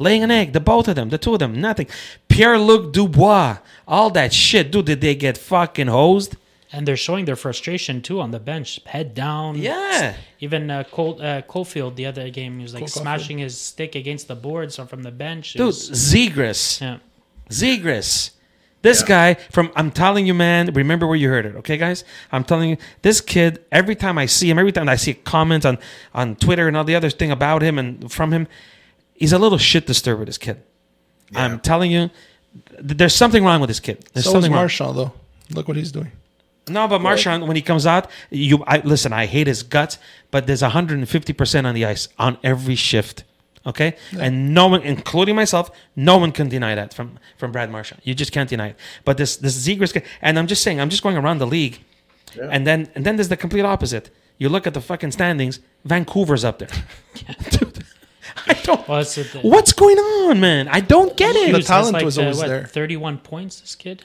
Speaker 1: Laying an egg, the both of them, the two of them, nothing. Pierre Luc Dubois, all that shit. Dude, did they get fucking hosed?
Speaker 2: And they're showing their frustration too on the bench, head down.
Speaker 1: Yeah.
Speaker 2: Even uh, Cole, uh, Cofield, the other game, he was like
Speaker 3: Cole Caulfield.
Speaker 2: smashing his stick against the boards or from the bench. It
Speaker 1: Dude,
Speaker 2: was-
Speaker 1: Zegras.
Speaker 2: yeah.
Speaker 1: Zegris. This guy from I'm telling you, man, remember where you heard it, okay, guys? I'm telling you, this kid, every time I see him, every time I see comments on on Twitter and all the other thing about him and from him, he's a little shit disturber, this kid. I'm telling you, th- there's something wrong with this kid. There's
Speaker 3: so was
Speaker 1: something wrong.
Speaker 3: Marshall though. Look what he's doing.
Speaker 1: No, but Marshawn, when he comes out, you I, listen. I hate his guts, but there's 150 percent on the ice on every shift. Okay, and no one, including myself, no one can deny that from from Brad Marchand. You just can't deny it. But this this Zegers, guy- and I'm just saying, I'm just going around the league, and then and then there's the complete opposite. You look at the fucking standings. Vancouver's up there. Dude, I don't.
Speaker 2: Well, it's the-
Speaker 1: What's going on, man? I don't get
Speaker 2: He
Speaker 1: it.
Speaker 2: was- has,
Speaker 3: talent was always there.
Speaker 2: Thirty-one points. This kid.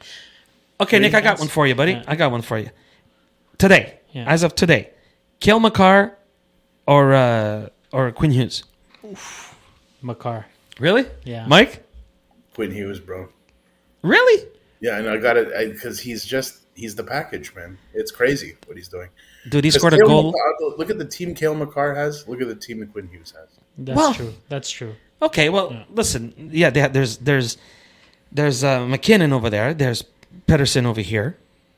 Speaker 1: Okay, Nick, I got
Speaker 2: minutes?
Speaker 1: one for you, buddy.
Speaker 2: Yeah.
Speaker 1: I got one for you. Today,
Speaker 2: Yeah.
Speaker 1: as of today, Kale McCarr or uh, or Quinn Hughes.
Speaker 2: Makar.
Speaker 1: Really?
Speaker 2: Yeah.
Speaker 1: Mike?
Speaker 4: Quinn Hughes, bro.
Speaker 1: Really?
Speaker 4: Yeah, and I got it because he's just he's the package, man. It's crazy what he's doing.
Speaker 1: Dude, he
Speaker 4: 'Cause
Speaker 1: scored a
Speaker 4: Kale
Speaker 1: goal.
Speaker 4: McCarr- look at the team Kale McCarr has. Look at the team that Quinn Hughes has.
Speaker 2: That's
Speaker 1: Well-
Speaker 2: true. That's true.
Speaker 1: Okay, well, listen, yeah, they, there's there's there's uh, McKinnon over there. There's Pedersen over here,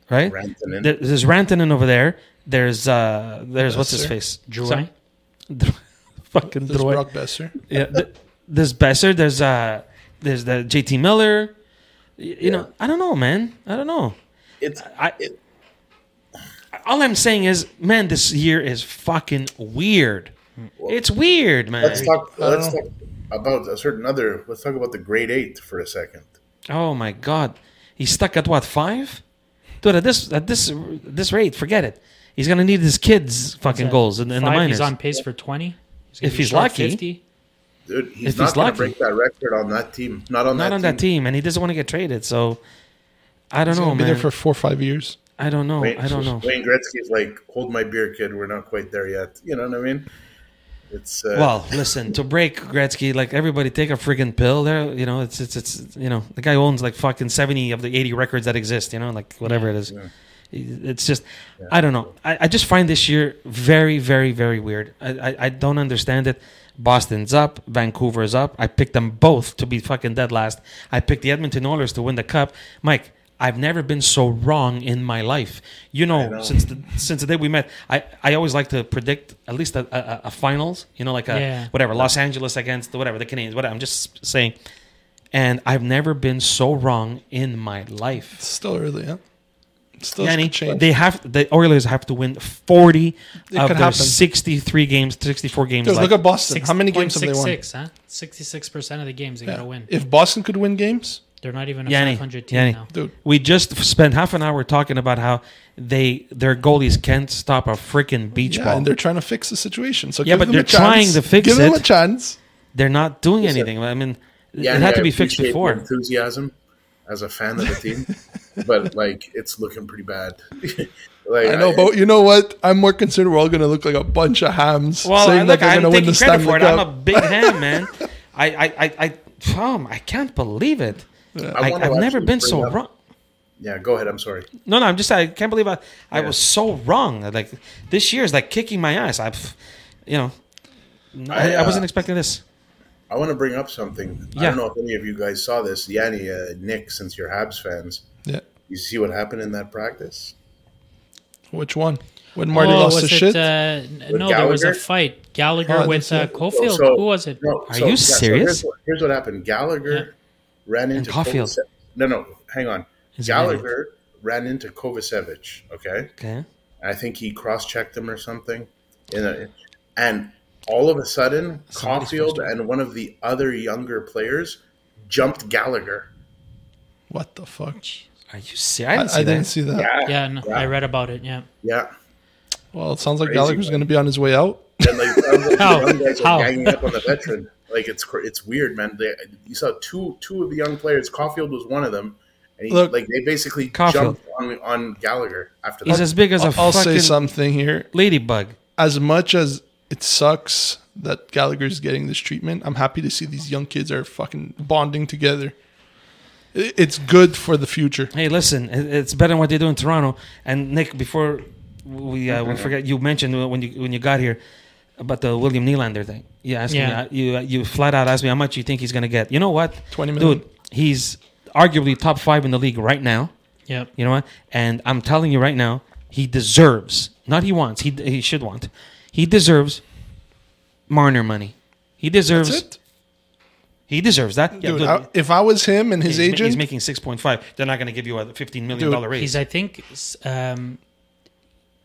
Speaker 1: right?
Speaker 4: Rantanen.
Speaker 1: There, there's Rantanen over there. There's uh, there's what's his
Speaker 3: Besser.
Speaker 1: face?
Speaker 2: Drouin.
Speaker 1: Sorry. Fucking
Speaker 3: This
Speaker 1: Drouin.
Speaker 3: Brock Besser.
Speaker 1: yeah, th- there's Besser, there's uh, there's the JT Miller. Y- You, know, I don't know, man. I don't know.
Speaker 4: It's
Speaker 1: I
Speaker 4: it-
Speaker 1: all I'm saying is, man, this year is fucking weird. It's weird, man.
Speaker 4: let's talk.
Speaker 3: I don't
Speaker 4: Let's
Speaker 3: know.
Speaker 4: talk about a certain other. Let's talk about the grade eight for a second.
Speaker 1: oh my god, he's stuck at what five? Dude, at this at this this rate, forget it. He's gonna need his kids' fucking
Speaker 2: Yeah.
Speaker 1: goals in, in the
Speaker 2: Five,
Speaker 1: minors.
Speaker 2: He's on pace for twenty.
Speaker 1: If
Speaker 2: gonna be
Speaker 1: he's
Speaker 2: short
Speaker 1: lucky.
Speaker 2: 50.
Speaker 4: Dude, he's
Speaker 1: If
Speaker 4: not
Speaker 1: he's
Speaker 4: going
Speaker 1: lucky.
Speaker 4: to break that record on that team. Not on
Speaker 1: Not
Speaker 4: that
Speaker 1: on
Speaker 4: team.
Speaker 1: that team, and he doesn't want to get traded. So I don't
Speaker 3: He's
Speaker 1: know,
Speaker 3: gonna be
Speaker 1: man.
Speaker 3: there for four or five years.
Speaker 1: I don't know.
Speaker 4: Wayne-
Speaker 1: I don't know.
Speaker 4: Wayne Gretzky's like, "Hold my beer, kid. We're not quite there yet." You know what I mean? It's uh,
Speaker 1: Well, listen, to break Gretzky, like everybody take a friggin' pill there. You know, it's it's it's you know, the guy owns like fucking seventy of the eighty records that exist, you know, like whatever it is. It's just I don't know. I, I just find this year very, very, very weird. I, I, I don't understand it. Boston's up, Vancouver's up. I picked them both to be fucking dead last. I picked the Edmonton Oilers to win the cup. Mike, I've never been so wrong in my life. You know,
Speaker 4: know.
Speaker 1: since the since the day we met, I, I always like to predict at least a, a, a finals. You know, like a
Speaker 2: Yeah.
Speaker 1: whatever Los Angeles against whatever the Canadians. Whatever. I'm just saying, and I've never been so wrong in my life.
Speaker 3: It's still early, huh? It Still
Speaker 1: Yanni,
Speaker 3: could change.
Speaker 1: they have the Oilers have to win forty
Speaker 3: It
Speaker 1: of
Speaker 3: could
Speaker 1: their
Speaker 3: happen.
Speaker 1: sixty-three games, sixty-four games.
Speaker 3: Dude,
Speaker 1: left.
Speaker 3: look at Boston. How many
Speaker 2: 60.66,
Speaker 3: games have they won?
Speaker 2: Huh? Sixty-six percent of the games they
Speaker 3: Yeah.
Speaker 2: gotta win.
Speaker 3: If Boston could win games,
Speaker 2: They're not even a
Speaker 1: Yanni,
Speaker 2: five hundred team
Speaker 1: Yanni.
Speaker 2: now.
Speaker 3: dude,
Speaker 1: we just spent half an hour talking about how they their goalies can't stop a freaking beach
Speaker 3: yeah,
Speaker 1: ball.
Speaker 3: and they're trying to fix the situation. So
Speaker 1: Yeah,
Speaker 3: give
Speaker 1: but
Speaker 3: them
Speaker 1: they're
Speaker 3: a chance.
Speaker 1: trying to fix
Speaker 3: give them
Speaker 1: it.
Speaker 3: a chance.
Speaker 1: They're not doing
Speaker 4: Listen.
Speaker 1: anything. I mean,
Speaker 4: yeah,
Speaker 1: it had
Speaker 4: yeah,
Speaker 1: to be
Speaker 4: I
Speaker 1: fixed
Speaker 4: appreciate your
Speaker 1: before.
Speaker 4: Enthusiasm as a fan of the team, but like it's looking pretty bad. like
Speaker 3: I know, but you know what? I'm more concerned we're all going to look like a bunch of hams
Speaker 1: Well, I-
Speaker 3: saying
Speaker 1: look,
Speaker 3: that they're
Speaker 1: I'm
Speaker 3: going to win
Speaker 1: taking credit
Speaker 3: the
Speaker 1: for it.
Speaker 3: Stanley
Speaker 1: I'm a
Speaker 3: Cup.
Speaker 1: big ham, man. I, I, I, I, um, I can't believe it. I,
Speaker 4: wanna
Speaker 1: I've never
Speaker 4: actually
Speaker 1: been
Speaker 4: bring
Speaker 1: so
Speaker 4: up-
Speaker 1: wrong.
Speaker 4: Yeah, go ahead. I'm sorry.
Speaker 1: No, no, I'm just I can't believe I, I was so wrong. Like this year is like kicking my ass. I've, you know, I, I,
Speaker 4: I, uh,
Speaker 1: wasn't expecting this.
Speaker 4: I want to bring up something. I
Speaker 1: Yeah.
Speaker 4: don't know if any of you guys saw this. Yanni, uh, Nick, since you're Habs fans,
Speaker 3: Yeah.
Speaker 4: you see what happened in that practice?
Speaker 3: Which one? When Marty
Speaker 2: Oh,
Speaker 3: lost
Speaker 2: was
Speaker 3: his
Speaker 2: it,
Speaker 3: shit?
Speaker 2: Uh, n-
Speaker 4: With
Speaker 2: no, there was a
Speaker 4: Gallagher?
Speaker 2: fight. Gallagher
Speaker 3: Oh,
Speaker 2: with uh,
Speaker 3: that's
Speaker 2: Cofield.
Speaker 4: So-
Speaker 2: Who was it?
Speaker 4: No,
Speaker 1: Are you serious?
Speaker 4: here's, what, here's what happened. Gallagher
Speaker 2: Yeah.
Speaker 4: ran into
Speaker 1: Caulfield.
Speaker 4: Kovacev- No, no, hang on.
Speaker 1: Is it
Speaker 4: Gallagher ran into Kovacevic. Okay,
Speaker 1: Okay.
Speaker 4: I think he cross-checked him or something. In a, and all of a sudden,
Speaker 1: Somebody's
Speaker 4: Caulfield
Speaker 1: first.
Speaker 4: and one of the other younger players jumped Gallagher.
Speaker 3: What the fuck?
Speaker 1: Are you serious?
Speaker 3: I,
Speaker 1: I didn't see
Speaker 3: I didn't
Speaker 1: that.
Speaker 3: see that.
Speaker 4: Yeah,
Speaker 2: Yeah, no,
Speaker 4: Yeah.
Speaker 2: I read about it. Yeah.
Speaker 4: yeah.
Speaker 3: Well, it sounds like
Speaker 4: Crazy,
Speaker 3: Gallagher's
Speaker 4: man.
Speaker 3: going to be on his way out.
Speaker 4: And like, sounds like
Speaker 2: How?
Speaker 4: the young guys
Speaker 2: How?
Speaker 4: are ganging up on the veteran. Like it's cr- it's weird, man. They, you saw two two of the young players. Caulfield was one of them, and he,
Speaker 3: Look-
Speaker 4: like they basically
Speaker 1: Caulfield.
Speaker 4: jumped on, on Gallagher after
Speaker 1: He's
Speaker 4: that.
Speaker 1: as big as a
Speaker 3: I'll, I'll say
Speaker 1: fucking
Speaker 3: something here.
Speaker 1: ladybug.
Speaker 3: As much as it sucks that Gallagher's getting this treatment, I'm happy to see these young kids are fucking bonding together. I- It's good for the future.
Speaker 1: Hey, listen, it- it's better than what they do in Toronto. And Nick, before we uh, we forget, you mentioned when you when you got here about the William Nylander thing. You asked
Speaker 2: Yeah.
Speaker 1: me, uh, you you flat out asked me how much you think he's gonna get. You know what,
Speaker 3: 20 million.
Speaker 1: dude, he's arguably top five in the league right now.
Speaker 2: Yeah.
Speaker 1: You know what? And I'm telling you right now, he deserves, not he wants, he, he should want, he deserves Marner money. He deserves.
Speaker 3: That's it.
Speaker 1: He deserves that. Yeah,
Speaker 3: Dude,
Speaker 1: dude,
Speaker 3: I- if I was him and his
Speaker 1: he's, ma-
Speaker 3: agent,
Speaker 1: he's making six point five. They're not going to give you a fifteen million
Speaker 3: Dude,
Speaker 1: dollar raise.
Speaker 2: He's, I think, s- um,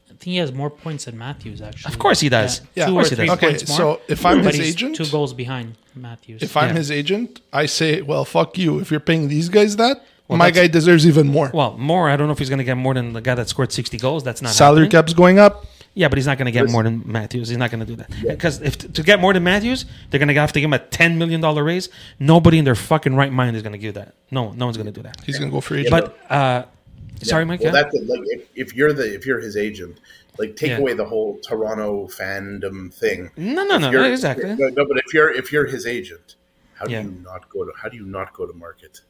Speaker 2: I think he has more points than Matthews. Actually,
Speaker 1: Of course he does.
Speaker 3: Yeah.
Speaker 2: two
Speaker 1: Of
Speaker 2: or
Speaker 1: course he
Speaker 2: three
Speaker 1: does.
Speaker 3: Okay,
Speaker 2: points more.
Speaker 3: so if I'm
Speaker 2: but
Speaker 3: his
Speaker 2: he's
Speaker 3: agent-
Speaker 2: two goals behind Matthews.
Speaker 3: if I'm
Speaker 1: Yeah.
Speaker 3: his agent, I say, well, fuck you. If you're paying these guys that, my
Speaker 1: that's-
Speaker 3: guy deserves even more.
Speaker 1: Well, more. I don't know if he's going to get more than the guy that scored sixty goals. That's not
Speaker 3: Salary
Speaker 1: happening.
Speaker 3: cap's going up.
Speaker 1: Yeah, but he's not going to get more than Matthews. He's not going to do that because if to get more than Matthews, they're going to have to give him a ten million dollar raise. Nobody in their fucking right mind is going to give that. No, no one's going to do that.
Speaker 3: He's going to go for agent.
Speaker 1: But uh, sorry, Mike.
Speaker 4: Well,
Speaker 1: yeah?
Speaker 4: that's it. like if, if you're the if you're his agent, like take
Speaker 1: Yeah.
Speaker 4: away the whole Toronto fandom thing.
Speaker 1: No, no, no,
Speaker 4: You're-
Speaker 1: exactly.
Speaker 4: No, no, but if you're if you're his agent, how do
Speaker 1: Yeah.
Speaker 4: you not go to how do you not go to market?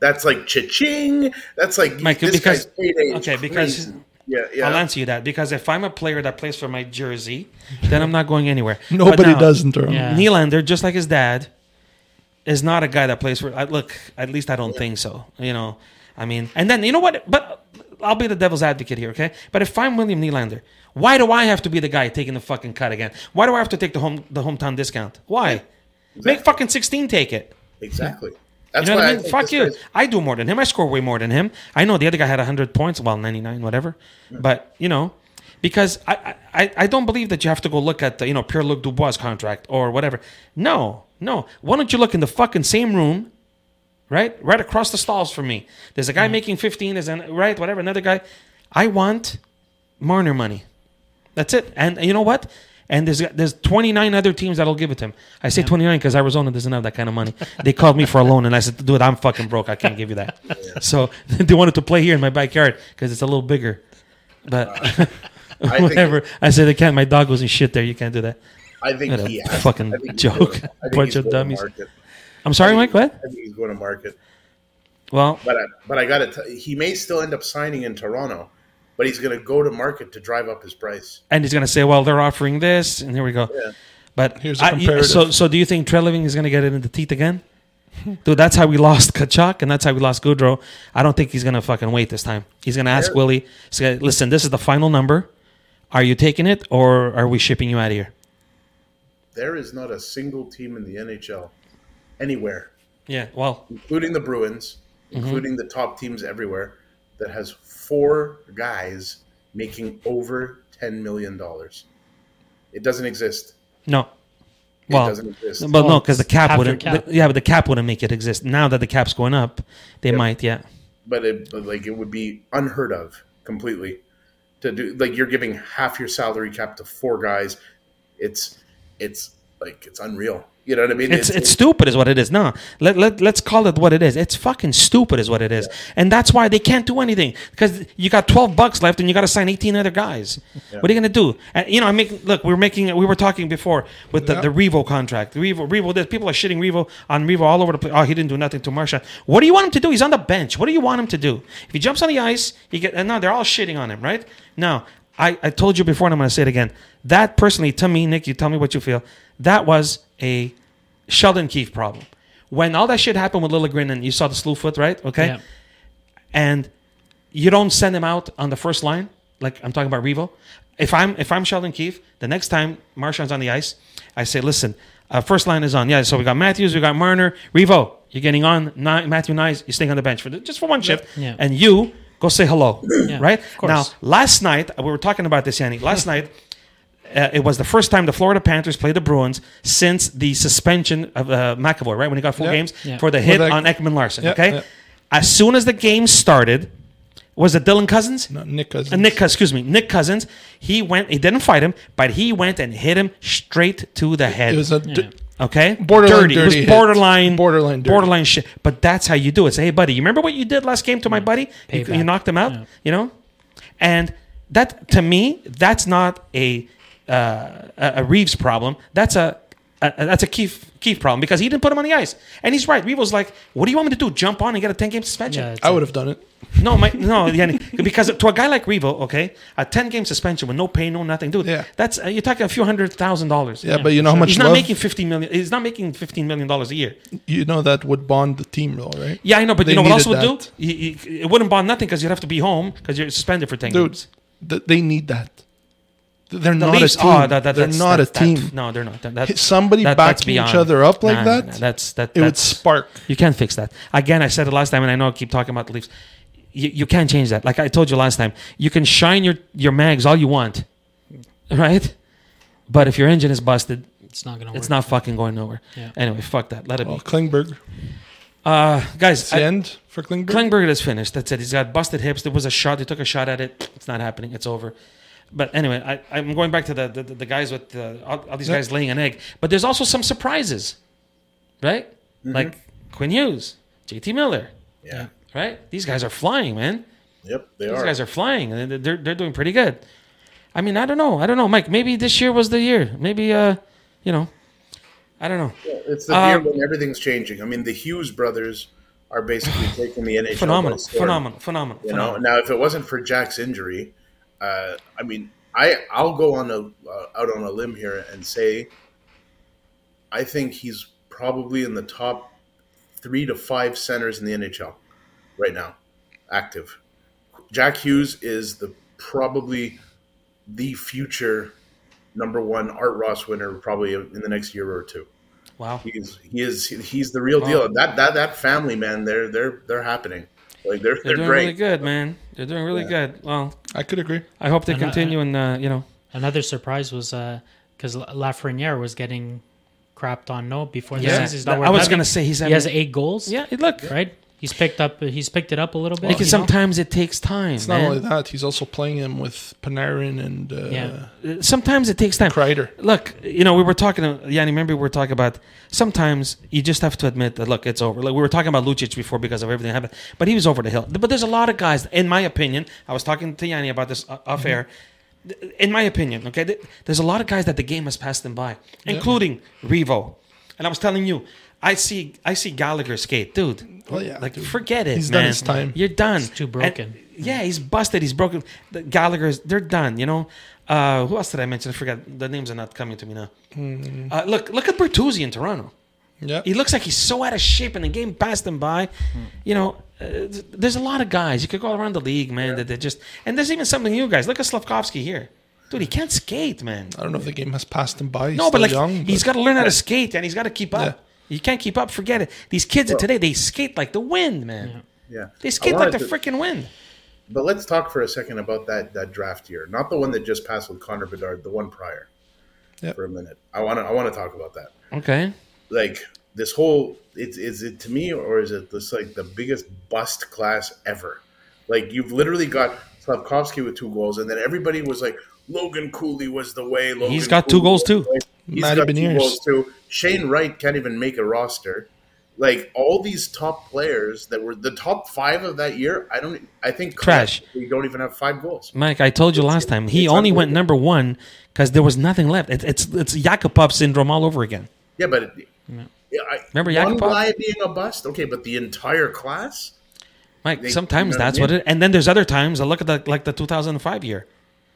Speaker 4: That's like cha-ching. That's like
Speaker 1: Mike,
Speaker 4: this
Speaker 1: because-
Speaker 4: guy's payday is
Speaker 1: okay, because-
Speaker 4: crazy. yeah, yeah.
Speaker 1: I'll answer you that because if I'm a player that plays for my jersey, then I'm not going anywhere. But
Speaker 3: Nobody
Speaker 1: now,
Speaker 3: does in Toronto.
Speaker 2: Yeah.
Speaker 1: Nylander, just like his dad, is not a guy that plays for. I, look, at least I don't think so. You know, I mean, and then you know what? But I'll be the devil's advocate here, okay? But if I'm William Nylander, why do I have to be the guy taking the fucking cut again? Why do I have to take the home the hometown discount? Why? Make fucking sixteen take it.
Speaker 4: Exactly. That's
Speaker 1: You know
Speaker 4: why
Speaker 1: what I
Speaker 4: I
Speaker 1: mean?
Speaker 4: think
Speaker 1: Fuck
Speaker 4: this
Speaker 1: you.
Speaker 4: guy's-
Speaker 1: I do more than him. I score way more than him. I know the other guy had 100 points, well, 99, whatever. But, you know, because I, I- I, I don't believe that you have to go look at, the, you know, Pierre Luc Dubois' contract or whatever. No, no. Why don't you look in the fucking same room, right? Right across the stalls from me. There's a guy
Speaker 4: Mm-hmm.
Speaker 1: making 15, there's an, right, whatever, another guy. I want Marner money. That's it. And you know what? And there's there's 29 other teams that'll give it to him. I say 29 because Arizona doesn't have that kind of money. They called me for a loan, and I said, "Dude, I'm fucking broke. I can't give you that." So they wanted to play here in my backyard because it's a little bigger. But
Speaker 4: Uh, I think-
Speaker 1: whatever. I said, "I can't. My dog was in shit there. You can't do that."
Speaker 4: I think
Speaker 1: What a
Speaker 4: he has to.
Speaker 1: fucking
Speaker 4: I think he's
Speaker 1: joke.
Speaker 4: going to- I think
Speaker 1: Bunch
Speaker 4: he's
Speaker 1: of
Speaker 4: going to
Speaker 1: dummies.
Speaker 4: market.
Speaker 1: I'm sorry, Mike.
Speaker 4: I
Speaker 1: What?
Speaker 4: think he's going to market.
Speaker 1: Well,
Speaker 4: But I, but I got to. He may still end up signing in Toronto, but he's going to go to market to drive up his price.
Speaker 1: and he's gonna say, "Well, they're offering this," and here we go. But
Speaker 3: Here's a
Speaker 1: I-
Speaker 3: comparative.
Speaker 1: so so do you think Treliving is gonna get it in the teeth again? Dude, that's how we lost Kachak, and that's how we lost Goodrow. I don't think he's gonna fucking wait this time. He's gonna ask Willie. he's gonna, Listen, this is the final number. Are you taking it, or are we shipping you out of here?
Speaker 4: There is not a single team in the NHL anywhere,
Speaker 1: Yeah. Well,
Speaker 4: including the Bruins,
Speaker 1: Mm-hmm.
Speaker 4: including the top teams everywhere, that has four guys making over ten million dollars. It doesn't exist.
Speaker 1: no.
Speaker 4: It
Speaker 1: Well,
Speaker 4: doesn't exist.
Speaker 1: but no,
Speaker 2: Well,
Speaker 1: because the cap
Speaker 2: after
Speaker 1: wouldn't.
Speaker 2: cap.
Speaker 1: yeah, but the cap wouldn't make it exist. Now that the cap's going up, they might. Yeah.
Speaker 4: but it but like it would be unheard of completely to do like you're giving half your salary cap to four guys it's it's like it's unreal you know what i mean
Speaker 1: It's it's stupid is what it is. No, let, let let's call it what it is. It's fucking stupid is what it is, and that's why they can't do anything because you got twelve bucks left and you got to sign eighteen other guys. What are you gonna do? And you know, I make look. We are making we were talking before with the, the Revo contract. Revo Revo. This, people are shitting Revo on Revo all over the place. Oh, he didn't do nothing to Marsha. What do you want him to do? He's on the bench. What do you want him to do? If he jumps on the ice, he get. And now they're all shitting on him, right? Now. I, I told you before, and I'm going to say it again. That personally, to me, Nick, you tell me what you feel. That was a Sheldon Keefe problem. When all that shit happened with Lilligren and you saw the slew foot, right? Okay.
Speaker 2: Yeah.
Speaker 1: And you don't send him out on the first line, like I'm talking about Revo. If I'm if I'm Sheldon Keefe, the next time Marshawn's on the ice, I say, listen, uh, first line is on. Yeah, so we got Matthews, we got Marner, Revo. You're getting on. Ni- Matthew Nyes, you staying on the bench for the, just for one shift,
Speaker 2: Yeah.
Speaker 1: and you go say hello,
Speaker 2: Yeah,
Speaker 1: right?
Speaker 2: of course.
Speaker 1: Now, last night we were talking about this, Yanni. Last night uh, it was the first time the Florida Panthers played the Bruins since the suspension of uh, McAvoy, right? When he got four
Speaker 3: Yeah.
Speaker 1: games
Speaker 2: Yeah.
Speaker 1: for the hit
Speaker 3: the-
Speaker 1: on Ekman Larson.
Speaker 3: Yeah,
Speaker 1: okay,
Speaker 3: yeah.
Speaker 1: as soon as the game started, was it Dylan Cousins?
Speaker 3: Not Nick Cousins.
Speaker 1: Uh, Nick, Cous- excuse me, Nick Cousins. He went. He didn't fight him, but he went and hit him straight to the head.
Speaker 3: It was a d-
Speaker 2: Yeah.
Speaker 1: okay,
Speaker 3: borderline dirty
Speaker 1: It was
Speaker 3: hit.
Speaker 1: borderline,
Speaker 3: Borderline dirty.
Speaker 1: borderline shit. But that's how you do it. Say, hey, buddy, you remember what you did last game to my buddy? You,
Speaker 2: Payback.
Speaker 1: you knocked him out.
Speaker 2: Mm. Yeah.
Speaker 1: You know, and that to me, that's not a uh, a a Reeves problem. That's a, a a- that's a Keith Keith problem because he didn't put him on the ice. And he's right. Reeves was like, "What do you want me to do? Jump on and get a ten game suspension?"
Speaker 2: Yeah, it's
Speaker 3: I
Speaker 2: a-
Speaker 3: would have done it.
Speaker 1: No, my, no, Yanni, because to a guy like Revo, okay, a ten game suspension with no pay, no nothing, dude.
Speaker 3: Yeah.
Speaker 1: that's uh, you're talking a few hundred thousand dollars.
Speaker 3: Yeah, but you know how much
Speaker 1: He's not
Speaker 3: love-
Speaker 1: making fifty million. He's not making fifteen million dollars a year.
Speaker 3: You know that would bond the team, though, right?
Speaker 1: Yeah, I know, but
Speaker 3: They
Speaker 1: you know what else
Speaker 3: needed
Speaker 1: would
Speaker 3: that.
Speaker 1: do? You- you- it wouldn't bond nothing because you'd have to be home because you're suspended for ten
Speaker 3: Dude,
Speaker 1: games.
Speaker 3: th- they need that. Th- They're
Speaker 1: The
Speaker 3: not
Speaker 1: Leafs-
Speaker 3: a team.
Speaker 1: oh, that- that-
Speaker 3: they're
Speaker 1: that's-
Speaker 3: not
Speaker 1: that-
Speaker 3: a team.
Speaker 1: That, no, they're not. That, that,
Speaker 3: Somebody
Speaker 1: that- that's
Speaker 3: backing each
Speaker 1: beyond-
Speaker 3: other up like
Speaker 1: Nah, nah,
Speaker 3: that,
Speaker 1: nah, that's that.
Speaker 3: it would
Speaker 1: that's-
Speaker 3: spark.
Speaker 1: You can't fix that. Again, I said it last time, and I know I keep talking about the Leafs. You, you can't change that. Like I told you last time, you can shine your your mags all you want, right? But if your engine is busted,
Speaker 2: It's not gonna work.
Speaker 1: it's not fucking going nowhere.
Speaker 2: Yeah.
Speaker 1: Anyway, fuck that. Let it
Speaker 3: Well,
Speaker 1: be.
Speaker 3: Klingberg.
Speaker 1: Uh,
Speaker 3: It's
Speaker 1: guys,
Speaker 3: the
Speaker 1: I,
Speaker 3: end for Klingberg.
Speaker 1: Klingberg is finished. That's it. He's got busted hips. There was a shot. They took a shot at it. It's not happening. It's over. But anyway, I, I'm going back to the the, the guys with the, all, all these
Speaker 3: Yeah.
Speaker 1: guys laying an egg. But there's also some surprises, right? Like Quinn Hughes, JT Miller,
Speaker 4: Mm-hmm. Yeah.
Speaker 1: right? These guys are flying, man.
Speaker 4: Yep. They
Speaker 1: These
Speaker 4: are.
Speaker 1: guys are flying, and they're- they're they're doing pretty good. I mean, I don't know. I don't know, Mike. Maybe this year was the year. Maybe uh, you know, I don't know.
Speaker 4: It's the
Speaker 1: Uh,
Speaker 4: year when everything's changing. I mean, the Hughes brothers are basically taking the NHL. by
Speaker 1: Phenomenal,
Speaker 4: storm,
Speaker 1: phenomenal, phenomenal,
Speaker 4: You know,
Speaker 1: phenomenal.
Speaker 4: now if it wasn't for Jack's injury, uh, I mean, I I'll go on a uh, out on a limb here and say, I think he's probably in the top three to five centers in the NHL right now, active. Jack Hughes is the probably the future number one Art Ross winner probably in the next year or two.
Speaker 1: Wow.
Speaker 4: He's he is he's the real deal. And that that that family man, they're they're they're happening. Like they're
Speaker 1: They're
Speaker 4: they're,
Speaker 1: doing
Speaker 4: great.
Speaker 1: really good, man. They're doing really good. Well,
Speaker 3: I could agree.
Speaker 1: I hope they
Speaker 2: And I-
Speaker 1: continue and uh, you know.
Speaker 2: Another surprise was because Lafreniere was getting crapped on no before the
Speaker 1: Yeah.
Speaker 2: season. He's not
Speaker 1: I
Speaker 2: worth
Speaker 1: was
Speaker 2: nothing.
Speaker 1: gonna say he's
Speaker 2: he
Speaker 1: having-
Speaker 2: has eight goals.
Speaker 1: Yeah, it- look.
Speaker 2: right. He's picked up. He's picked it up a little bit.
Speaker 1: Because
Speaker 2: you know?
Speaker 1: sometimes it takes time.
Speaker 3: It's not
Speaker 1: man.
Speaker 3: only that. He's also playing him with Panarin and uh,
Speaker 2: Yeah.
Speaker 1: sometimes it takes time.
Speaker 3: Kreider.
Speaker 1: Look, you know, we were talking, uh, Yanni, remember we were talking about sometimes you just have to admit that, look, it's over. Like we were talking about Lucic before because of everything that happened, but he was over the hill. But there's a lot of guys, in my opinion, I was talking to Yanni about this o- off
Speaker 3: Mm-hmm.
Speaker 1: air. In my opinion, okay, th- there's a lot of guys that the game has passed them by, including Revo. And I was telling you, I see, I see Gallagher skate, dude.
Speaker 3: Well, yeah,
Speaker 1: like
Speaker 3: dude.
Speaker 1: forget it.
Speaker 3: He's done
Speaker 1: man.
Speaker 3: his time.
Speaker 1: You're done.
Speaker 2: He's too
Speaker 1: And-
Speaker 2: broken.
Speaker 1: yeah, he's busted. He's broken. The Gallagher's, they're done. You know, uh, who else did I mention? I forgot. The names are not coming to me now. Uh, look, look at Bertuzzi in Toronto.
Speaker 3: Yeah.
Speaker 1: He looks like he's so out of shape, and the game passed him by. You know, uh, th- there's a lot of guys. You could go around the league, man. That they just and there's even something new guys. Look at Slavkovsky here, dude. He can't skate, man.
Speaker 3: I don't know if the game has passed him by. He's
Speaker 1: No, but like
Speaker 3: young,
Speaker 1: he's got to learn how to skate, and he's got to keep up. You can't keep up. Forget it. These kids of today, they skate like the wind, man.
Speaker 4: Yeah.
Speaker 1: They
Speaker 4: I
Speaker 1: skate like
Speaker 4: wanted
Speaker 1: the
Speaker 4: to-
Speaker 1: freaking wind.
Speaker 4: But let's talk for a second about that that draft year, not the one that just passed with Connor Bedard, the one prior.
Speaker 3: Yep.
Speaker 4: For a minute, I want to I want to talk about that.
Speaker 1: Okay.
Speaker 4: Like this whole it's is it to me or is it this like the biggest bust class ever? Like you've literally got Slavkovsky with two goals, and then everybody was like Logan Cooley was the way. Logan
Speaker 1: He's got
Speaker 4: Cooley
Speaker 1: two goals
Speaker 4: was the
Speaker 1: too.
Speaker 4: way. He's
Speaker 3: Matty
Speaker 4: got
Speaker 3: Beniers.
Speaker 4: two goals too. Shane Wright can't even make a roster. Like all these top players that were the top five of that year, I don't. I think
Speaker 1: Trash.
Speaker 4: We don't even have five goals.
Speaker 1: Mike, I told you last time he
Speaker 4: it's
Speaker 1: only went
Speaker 4: unbelievable.
Speaker 1: number one because there was nothing left. It, it's it's Yakupov syndrome all over again.
Speaker 4: Yeah, but it, yeah, I,
Speaker 1: Remember
Speaker 4: one
Speaker 1: Yakupov?
Speaker 4: guy being a bust. Okay, but the entire class.
Speaker 1: Mike,
Speaker 4: They-
Speaker 1: sometimes
Speaker 4: you know what
Speaker 1: that's
Speaker 4: I
Speaker 1: what
Speaker 4: mean?
Speaker 1: it. And then there's other times. I look at the like the 2005 year.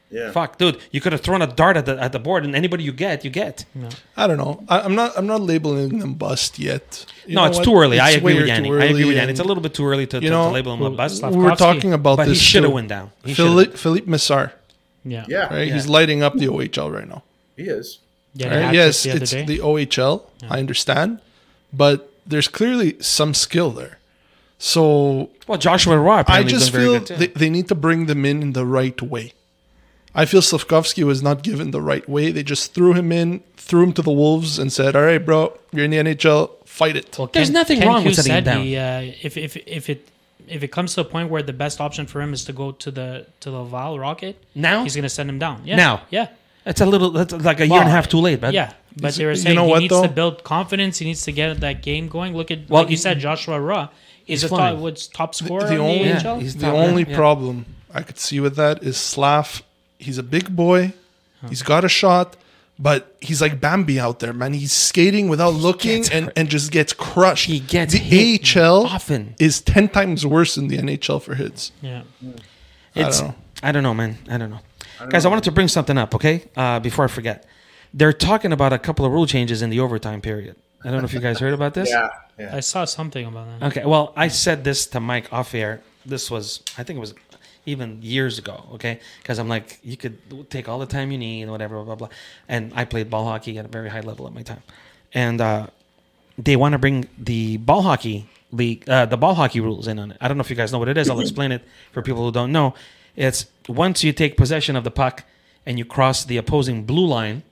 Speaker 4: Yeah.
Speaker 1: Fuck, dude, you could have thrown a dart at the at the board, and anybody you get, you get.
Speaker 3: I don't know. I, I'm not. I'm not labeling them bust yet. You
Speaker 1: no,
Speaker 3: know
Speaker 1: it's
Speaker 3: what?
Speaker 1: too early. I
Speaker 3: It's way
Speaker 1: agree with
Speaker 3: too
Speaker 1: Yanni. I
Speaker 3: early
Speaker 1: agree with Yanni.
Speaker 3: and-
Speaker 1: It's a little bit too early to,
Speaker 3: You
Speaker 1: to-
Speaker 3: know,
Speaker 1: to label him a bust,
Speaker 3: we were talking about
Speaker 1: but he
Speaker 3: this.
Speaker 1: should have
Speaker 3: too.
Speaker 1: went down. He should've.
Speaker 3: Philippe, Philippe Massar,
Speaker 2: Yeah.
Speaker 4: Yeah,
Speaker 3: right? He's
Speaker 1: Yeah.
Speaker 3: lighting up the OHL right now.
Speaker 4: he is.
Speaker 2: Yeah.
Speaker 3: Right?
Speaker 2: Right?
Speaker 3: Uh, Yes,
Speaker 2: the other
Speaker 3: it's
Speaker 2: day.
Speaker 3: the OHL. I understand, but there's clearly some skill there. So
Speaker 1: Well, Joshua Roy
Speaker 3: I
Speaker 1: apparently
Speaker 3: just
Speaker 1: done very
Speaker 3: feel
Speaker 1: good too.
Speaker 3: they, they need to bring them in in the right way. I feel Slavkovsky was not given the right way. They just threw him in, threw him to the wolves, and said, "All right, bro, you're in the NHL. Fight it."
Speaker 2: Well,
Speaker 1: There's nothing wrong with
Speaker 2: Hughes
Speaker 1: setting him
Speaker 2: said he, uh, if, if, if it if it comes to a point where the best option for him is to go to the to the Laval Rocket,
Speaker 1: Now?
Speaker 2: he's going to send him down. Yeah.
Speaker 1: Now?
Speaker 2: yeah,
Speaker 1: It's a little, that's like a year and a half too late, man.
Speaker 2: yeah. But
Speaker 3: Is-
Speaker 2: they were
Speaker 3: you
Speaker 2: saying
Speaker 3: know
Speaker 2: he
Speaker 3: what,
Speaker 2: needs
Speaker 3: though?
Speaker 2: to build confidence. He needs to get that game going. Look at
Speaker 1: Well,
Speaker 2: like you
Speaker 1: he-
Speaker 2: said, Joshua Ra is
Speaker 1: he's
Speaker 2: a
Speaker 1: fine.
Speaker 2: top, what's top scorer
Speaker 3: the
Speaker 2: in
Speaker 3: only-
Speaker 2: the
Speaker 1: Yeah,
Speaker 2: NHL.
Speaker 1: he's
Speaker 3: The
Speaker 1: top
Speaker 3: only
Speaker 1: man, yeah.
Speaker 3: problem I could see with that is Slav. He's a big boy. He's got a shot, but he's like Bambi out there, man. He's skating without looking
Speaker 1: gets
Speaker 3: and,
Speaker 1: hurt.
Speaker 3: and just gets crushed.
Speaker 1: He gets
Speaker 3: the
Speaker 1: hit
Speaker 3: AHL
Speaker 1: often.
Speaker 3: is ten times worse than the NHL for hits.
Speaker 2: Yeah.
Speaker 1: It's, I don't
Speaker 3: don't know.
Speaker 1: know. man. I don't know. Guys, I wanted to bring something up, okay? Uh, before I forget, they're talking about a couple of rule changes in the overtime period. I don't know if you guys heard about this.
Speaker 4: Yeah, yeah.
Speaker 2: I saw something about that.
Speaker 1: Okay. Well, I said this to Mike off air. This was, I think it was even years ago, okay? Because I'm like, you could take all the time you need, whatever, blah, blah, blah. And I played ball hockey at a very high level at my time. And uh, they want to bring the ball hockey league, uh, the ball hockey rules in on it. I don't know if you guys know what it is. I'll explain it for people who don't know. It's once you take possession of the puck and you cross the opposing blue line,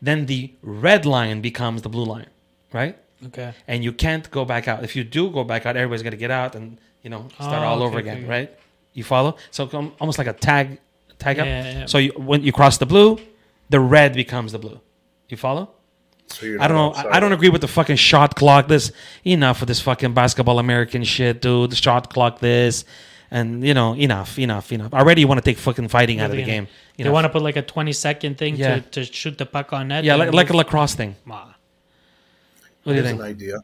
Speaker 1: then the red line becomes the blue line, right?
Speaker 2: Okay.
Speaker 1: and you can't go back out. If you do go back out, everybody's gonna get out and you know start
Speaker 2: Oh,
Speaker 1: all
Speaker 2: okay,
Speaker 1: over
Speaker 2: okay,
Speaker 1: again,
Speaker 2: okay.
Speaker 1: right? You follow? So com- almost like a tag, tag up.
Speaker 2: Yeah, yeah, yeah.
Speaker 1: So you, when you cross the blue, the red becomes the blue. You follow?
Speaker 4: So you're
Speaker 1: I don't know.
Speaker 4: not
Speaker 1: I, I don't
Speaker 4: offside.
Speaker 1: agree with the fucking shot clock. This enough with this fucking basketball American shit, dude. Shot clock this, and you know enough, enough, enough. Already you want to take fucking fighting out of the game. You
Speaker 2: They
Speaker 1: know?
Speaker 2: want to put like a 20 second thing
Speaker 1: Yeah.
Speaker 2: to, to shoot the puck on net.
Speaker 1: yeah,
Speaker 2: and
Speaker 1: like, like a
Speaker 2: move-
Speaker 1: lacrosse thing.
Speaker 2: Ma.
Speaker 1: What do you
Speaker 4: Here's an
Speaker 1: think?
Speaker 4: idea.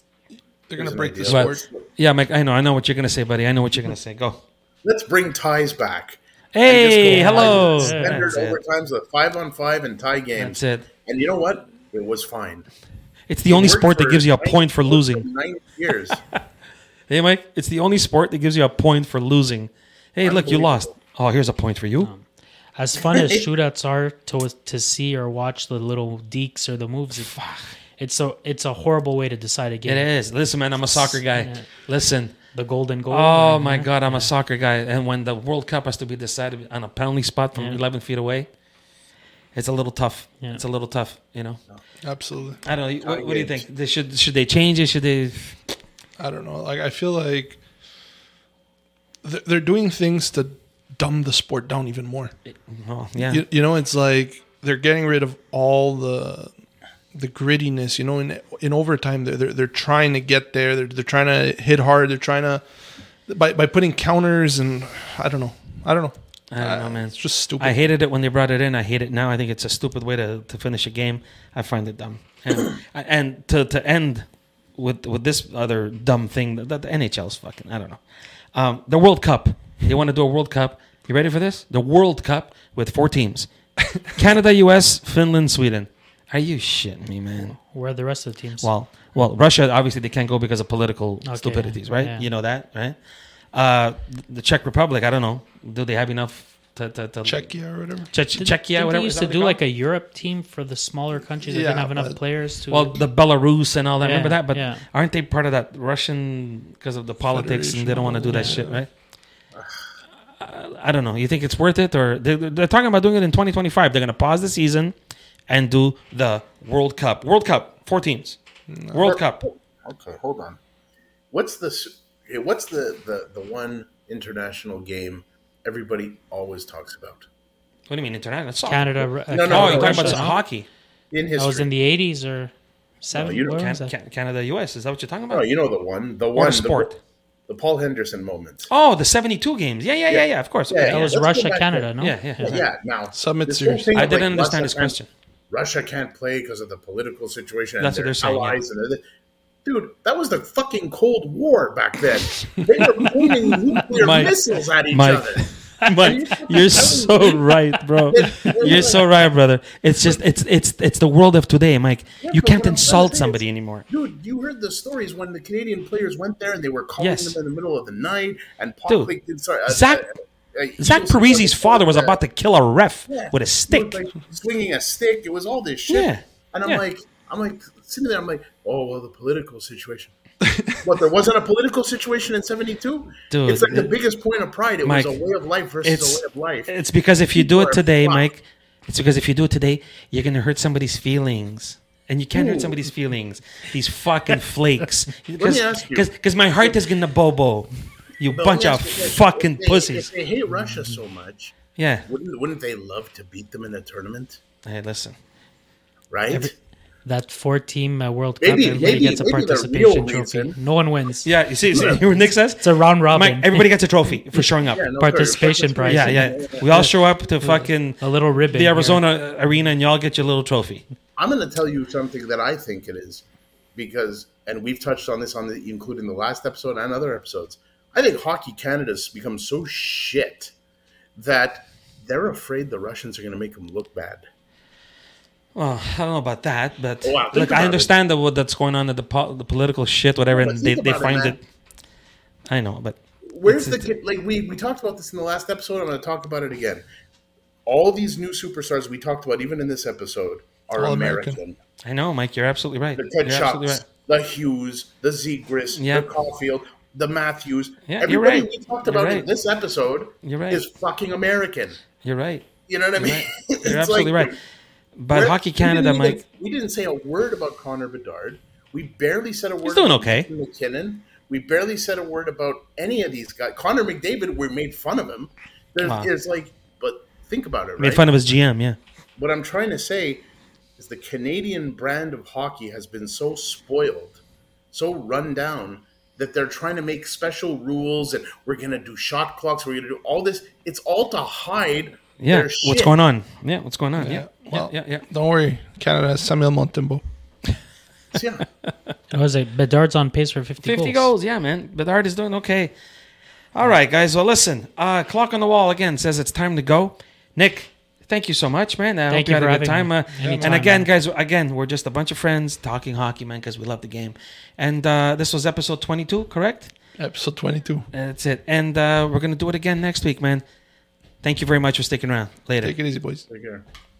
Speaker 3: They're gonna
Speaker 4: Here's an
Speaker 3: break the
Speaker 4: idea.
Speaker 1: But-
Speaker 3: sport.
Speaker 1: yeah, Mike. I know. I know what you're gonna say, buddy. I know what you're gonna say. Go.
Speaker 4: Let's bring ties back.
Speaker 1: Hey,
Speaker 4: just go
Speaker 1: hello.
Speaker 2: Yeah.
Speaker 4: Standard
Speaker 1: That's it.
Speaker 4: overtimes, a five on five and tie games.
Speaker 1: That's it.
Speaker 4: And you know what? It was fine.
Speaker 1: It's the only
Speaker 4: It worked
Speaker 1: sport that
Speaker 4: for
Speaker 1: gives you a
Speaker 4: nine-
Speaker 1: point for
Speaker 4: it worked
Speaker 1: losing.
Speaker 4: Nine years.
Speaker 1: Hey, Mike. It's the only sport that gives you a point for losing. Hey, look, you
Speaker 4: Unbelievable.
Speaker 1: lost. Oh, here's a point for
Speaker 2: Um,
Speaker 1: you.
Speaker 2: As fun as shootouts are to to see or watch the little deeks or the moves, it, it's a it's a horrible way to decide a
Speaker 1: It
Speaker 2: game.
Speaker 1: is. Listen, man, I'm a soccer guy.
Speaker 2: Yeah.
Speaker 1: Listen.
Speaker 2: The golden goal.
Speaker 1: Oh
Speaker 2: man.
Speaker 1: my God, I'm a soccer guy. And when the World Cup has to be decided on a penalty spot from
Speaker 2: Yeah.
Speaker 1: 11 feet away, it's a little tough.
Speaker 2: Yeah.
Speaker 1: It's a little tough. You know.
Speaker 3: Absolutely.
Speaker 1: I don't know. What, what do you
Speaker 4: games.
Speaker 1: think? They should should they change it? Should they?
Speaker 3: I don't know. Like I feel like th- they're doing things to dumb the sport down even more.
Speaker 1: Oh, yeah.
Speaker 3: You, you know, it's like they're getting rid of all the the grittiness. You know, in in overtime, they're they're, they're trying to get there. They're they're trying to hit hard. They're trying to by by putting counters and I don't know. I don't know.
Speaker 1: I don't know, man.
Speaker 3: It's just stupid.
Speaker 1: I hated it when they brought it in. I hate it now. I think it's a stupid way to, to finish a game. I find it dumb. And, and to, to end with with this other dumb thing that, that the NHL's fucking. I don't know. Um, the World Cup. They want to do a World Cup. You ready for this? The World Cup with four teams: Canada, U.S., Finland, Sweden. Are you shitting me, man?
Speaker 2: Where are the rest of the teams?
Speaker 1: Well, well, Russia obviously they can't go because of political
Speaker 2: Okay,
Speaker 1: stupidities, right?
Speaker 2: yeah.
Speaker 1: You know that, right? Uh, the Czech Republic. I don't know. Do they have enough? To, to, to
Speaker 3: Czechia or whatever.
Speaker 1: Czech,
Speaker 2: Did-
Speaker 1: Czechia,
Speaker 2: didn't
Speaker 1: whatever.
Speaker 2: They
Speaker 1: is
Speaker 2: used
Speaker 1: that
Speaker 2: to
Speaker 1: what
Speaker 2: do
Speaker 1: they
Speaker 2: like
Speaker 1: call
Speaker 2: a Europe team for the smaller countries that didn't
Speaker 3: Yeah,
Speaker 2: have enough
Speaker 3: but-
Speaker 2: players to.
Speaker 1: it? well, the Belarus and all that.
Speaker 2: Yeah,
Speaker 1: remember that? But
Speaker 2: yeah.
Speaker 1: aren't they part of that Russian because of the politics and they don't want to do that shit, right? I- I don't know. You think it's worth it, or they're, they're talking about doing it in 2025? They're going to pause the season and do the World Cup. World Cup, four teams. World Cup.
Speaker 4: Okay, hold on. What's this? What's the, the the one international game everybody always talks about
Speaker 1: What do you mean international? It's soccer.
Speaker 2: Canada. uh,
Speaker 4: no,
Speaker 1: Oh, you're
Speaker 2: Canada,
Speaker 1: talking about
Speaker 2: Russia,
Speaker 1: some
Speaker 2: no?
Speaker 1: hockey?
Speaker 4: in
Speaker 2: That was
Speaker 4: history?
Speaker 2: in the 80s or 70s.
Speaker 4: you don't-
Speaker 2: Where
Speaker 1: Can,
Speaker 2: was that?
Speaker 1: Can, Canada, U.S. Is that what you're talking
Speaker 4: oh,
Speaker 1: about?
Speaker 4: you know the one, the
Speaker 1: Or
Speaker 4: one,
Speaker 1: a sport?
Speaker 4: the, the Paul Henderson moment.
Speaker 1: Oh, the 72 games. Yeah, yeah, yeah, yeah. Of course.
Speaker 4: Yeah,
Speaker 1: Okay,
Speaker 2: That
Speaker 4: yeah.
Speaker 2: was
Speaker 4: Let's go
Speaker 2: Russia,
Speaker 4: back to-
Speaker 2: Canada, no?
Speaker 1: Yeah, yeah, yeah.
Speaker 4: Yeah, now
Speaker 3: Summit
Speaker 4: this whole
Speaker 3: series.
Speaker 4: thing
Speaker 1: I
Speaker 4: of, like,
Speaker 1: didn't understand
Speaker 4: Russia
Speaker 1: his
Speaker 4: can't-
Speaker 1: question.
Speaker 4: Russia can't play because of the political situation.
Speaker 1: That's what
Speaker 4: and their
Speaker 1: they're saying, yeah.
Speaker 4: Allies and their- Dude, that was the fucking Cold War back then. They were pointing nuclear
Speaker 1: Mike,
Speaker 4: missiles at each
Speaker 1: Mike,
Speaker 4: other.
Speaker 1: Mike, you're so right, bro. You're so right, brother. It's just it's it's it's the world of today, Mike. You
Speaker 4: but
Speaker 1: can't
Speaker 4: what I'm
Speaker 1: insult
Speaker 4: saying is-
Speaker 1: somebody anymore.
Speaker 4: Dude, you heard the stories when the Canadian players went there and they were calling
Speaker 1: Yes.
Speaker 4: them in the middle of the night. And
Speaker 1: Dude,
Speaker 4: Paul Blake did, sorry, uh,
Speaker 1: Zach-
Speaker 4: uh, uh,
Speaker 1: Zach
Speaker 4: Eagles-
Speaker 1: Parisi's father was
Speaker 4: Yeah.
Speaker 1: about to kill a ref
Speaker 4: Yeah.
Speaker 1: with a
Speaker 4: He was,
Speaker 1: stick.
Speaker 4: like, swinging a stick. It was all this shit.
Speaker 1: Yeah.
Speaker 4: And I'm
Speaker 1: Yeah.
Speaker 4: like, I'm like sitting there. I'm like, oh well, the political situation. what there wasn't a political situation in '72.
Speaker 1: Dude,
Speaker 4: it's like the
Speaker 1: it-
Speaker 4: biggest point of pride. It
Speaker 1: Mike,
Speaker 4: was a way of life
Speaker 1: it's-
Speaker 4: versus a way of life.
Speaker 1: It's because if you do
Speaker 4: People
Speaker 1: it
Speaker 4: are
Speaker 1: today,
Speaker 4: fucked.
Speaker 1: Mike, it's because if you do it today, you're gonna hurt somebody's feelings. And you can't hurt somebody's feelings. These fucking flakes.
Speaker 4: ask you.
Speaker 1: Because my heart is gonna bobo. You
Speaker 4: But
Speaker 1: bunch
Speaker 4: let
Speaker 1: of
Speaker 4: me ask you this.
Speaker 1: fucking
Speaker 4: If they-
Speaker 1: pussies.
Speaker 4: If they hate Russia so much,
Speaker 1: Yeah.
Speaker 4: wouldn't wouldn't they love to beat them in a tournament?
Speaker 1: Hey, listen.
Speaker 4: Right?
Speaker 2: That four team uh, World
Speaker 4: Maybe-
Speaker 2: Cup, everybody
Speaker 4: maybe-
Speaker 2: gets a
Speaker 4: maybe the
Speaker 2: participation
Speaker 4: real
Speaker 2: trophy.
Speaker 4: reason-
Speaker 2: No one wins.
Speaker 1: Yeah, you see, see you hear what Nick says?
Speaker 2: It's a round robin.
Speaker 1: Mike, everybody gets a trophy for showing up.
Speaker 4: Yeah, no,
Speaker 2: Participation
Speaker 4: fair.
Speaker 2: prize.
Speaker 1: Yeah, yeah. We all show up to fucking
Speaker 2: a little ribbon.
Speaker 1: the
Speaker 2: here.
Speaker 1: Arizona arena, and y'all get your little trophy.
Speaker 4: I'm going to tell you something that I think it is because, and we've touched on this on the, including the last episode and other episodes. I think Hockey Canada's become so shit that they're afraid the Russians are going to make them look bad.
Speaker 1: Well, I don't know about that, but
Speaker 4: Oh, Wow, think
Speaker 1: look,
Speaker 4: about
Speaker 1: I
Speaker 4: it.
Speaker 1: understand that what that's going on, the po- the political shit, whatever,
Speaker 4: But
Speaker 1: and they,
Speaker 4: think
Speaker 1: they
Speaker 4: about it,
Speaker 1: find
Speaker 4: man.
Speaker 1: it. I know, but
Speaker 4: Where's
Speaker 1: It's-
Speaker 4: the like we we talked about this in the last episode. I'm going to talk about it again. All these new superstars we talked about, even in this episode, are
Speaker 3: All
Speaker 4: American.
Speaker 3: American.
Speaker 1: I know, Mike, you're absolutely right.
Speaker 4: The
Speaker 1: You're
Speaker 4: Ted Shops,
Speaker 1: absolutely right.
Speaker 4: the Hughes, the Zegris,
Speaker 1: Yeah.
Speaker 4: the Caulfield, the Matthews.
Speaker 1: Yeah, you're
Speaker 4: Everybody
Speaker 1: right.
Speaker 4: we talked
Speaker 1: You're
Speaker 4: about in
Speaker 1: right.
Speaker 4: this episode
Speaker 1: You're right.
Speaker 4: is fucking American.
Speaker 1: You're right.
Speaker 4: You know what I mean?
Speaker 1: You're, right.
Speaker 4: It's
Speaker 1: You're absolutely
Speaker 4: like-
Speaker 1: right. But
Speaker 4: we're-
Speaker 1: Hockey
Speaker 4: we didn't
Speaker 1: Canada,
Speaker 4: even-
Speaker 1: Mike,
Speaker 4: We didn't say a word about Connor Bedard. We barely said a word.
Speaker 1: doing
Speaker 4: about
Speaker 1: okay.
Speaker 4: Nathan McKinnon. We barely said a word about any of these guys. Connor McDavid, we made fun of him. There's,
Speaker 1: Wow.
Speaker 4: there's like, but think about it.
Speaker 1: made
Speaker 4: Right?
Speaker 1: fun of his GM. Yeah,
Speaker 4: what I'm trying to say is the Canadian brand of hockey has been so spoiled, so run down that they're trying to make special rules and we're going to do shot clocks, we're going to do all this. It's all to hide
Speaker 1: yeah.
Speaker 4: their
Speaker 1: What's
Speaker 4: shit.
Speaker 1: going on? Yeah, what's going on? Yeah, yeah,
Speaker 3: Well,
Speaker 1: yeah, yeah.
Speaker 3: Don't worry, Canada has Samuel Montembeau.
Speaker 4: Yeah.
Speaker 2: It was like Bedard's on pace for 50,
Speaker 1: 50 goals. yeah, man. Bedard is doing okay. All right, guys. Well, listen, uh, clock on the wall again says it's time to go. Nick, thank you so much, man. I hope
Speaker 2: Thank
Speaker 1: you,
Speaker 2: you for
Speaker 1: had a good time.
Speaker 2: having me.
Speaker 1: Uh,
Speaker 2: Anytime,
Speaker 1: and again,
Speaker 2: man.
Speaker 1: guys, again, we're just a bunch of friends talking hockey, man, because we love the game. And uh, this was episode 22, correct?
Speaker 3: Episode 22.
Speaker 1: That's it. And uh, we're going to do it again next week, man. Thank you very much for sticking around. Later.
Speaker 3: Take it easy, boys.
Speaker 4: Take care.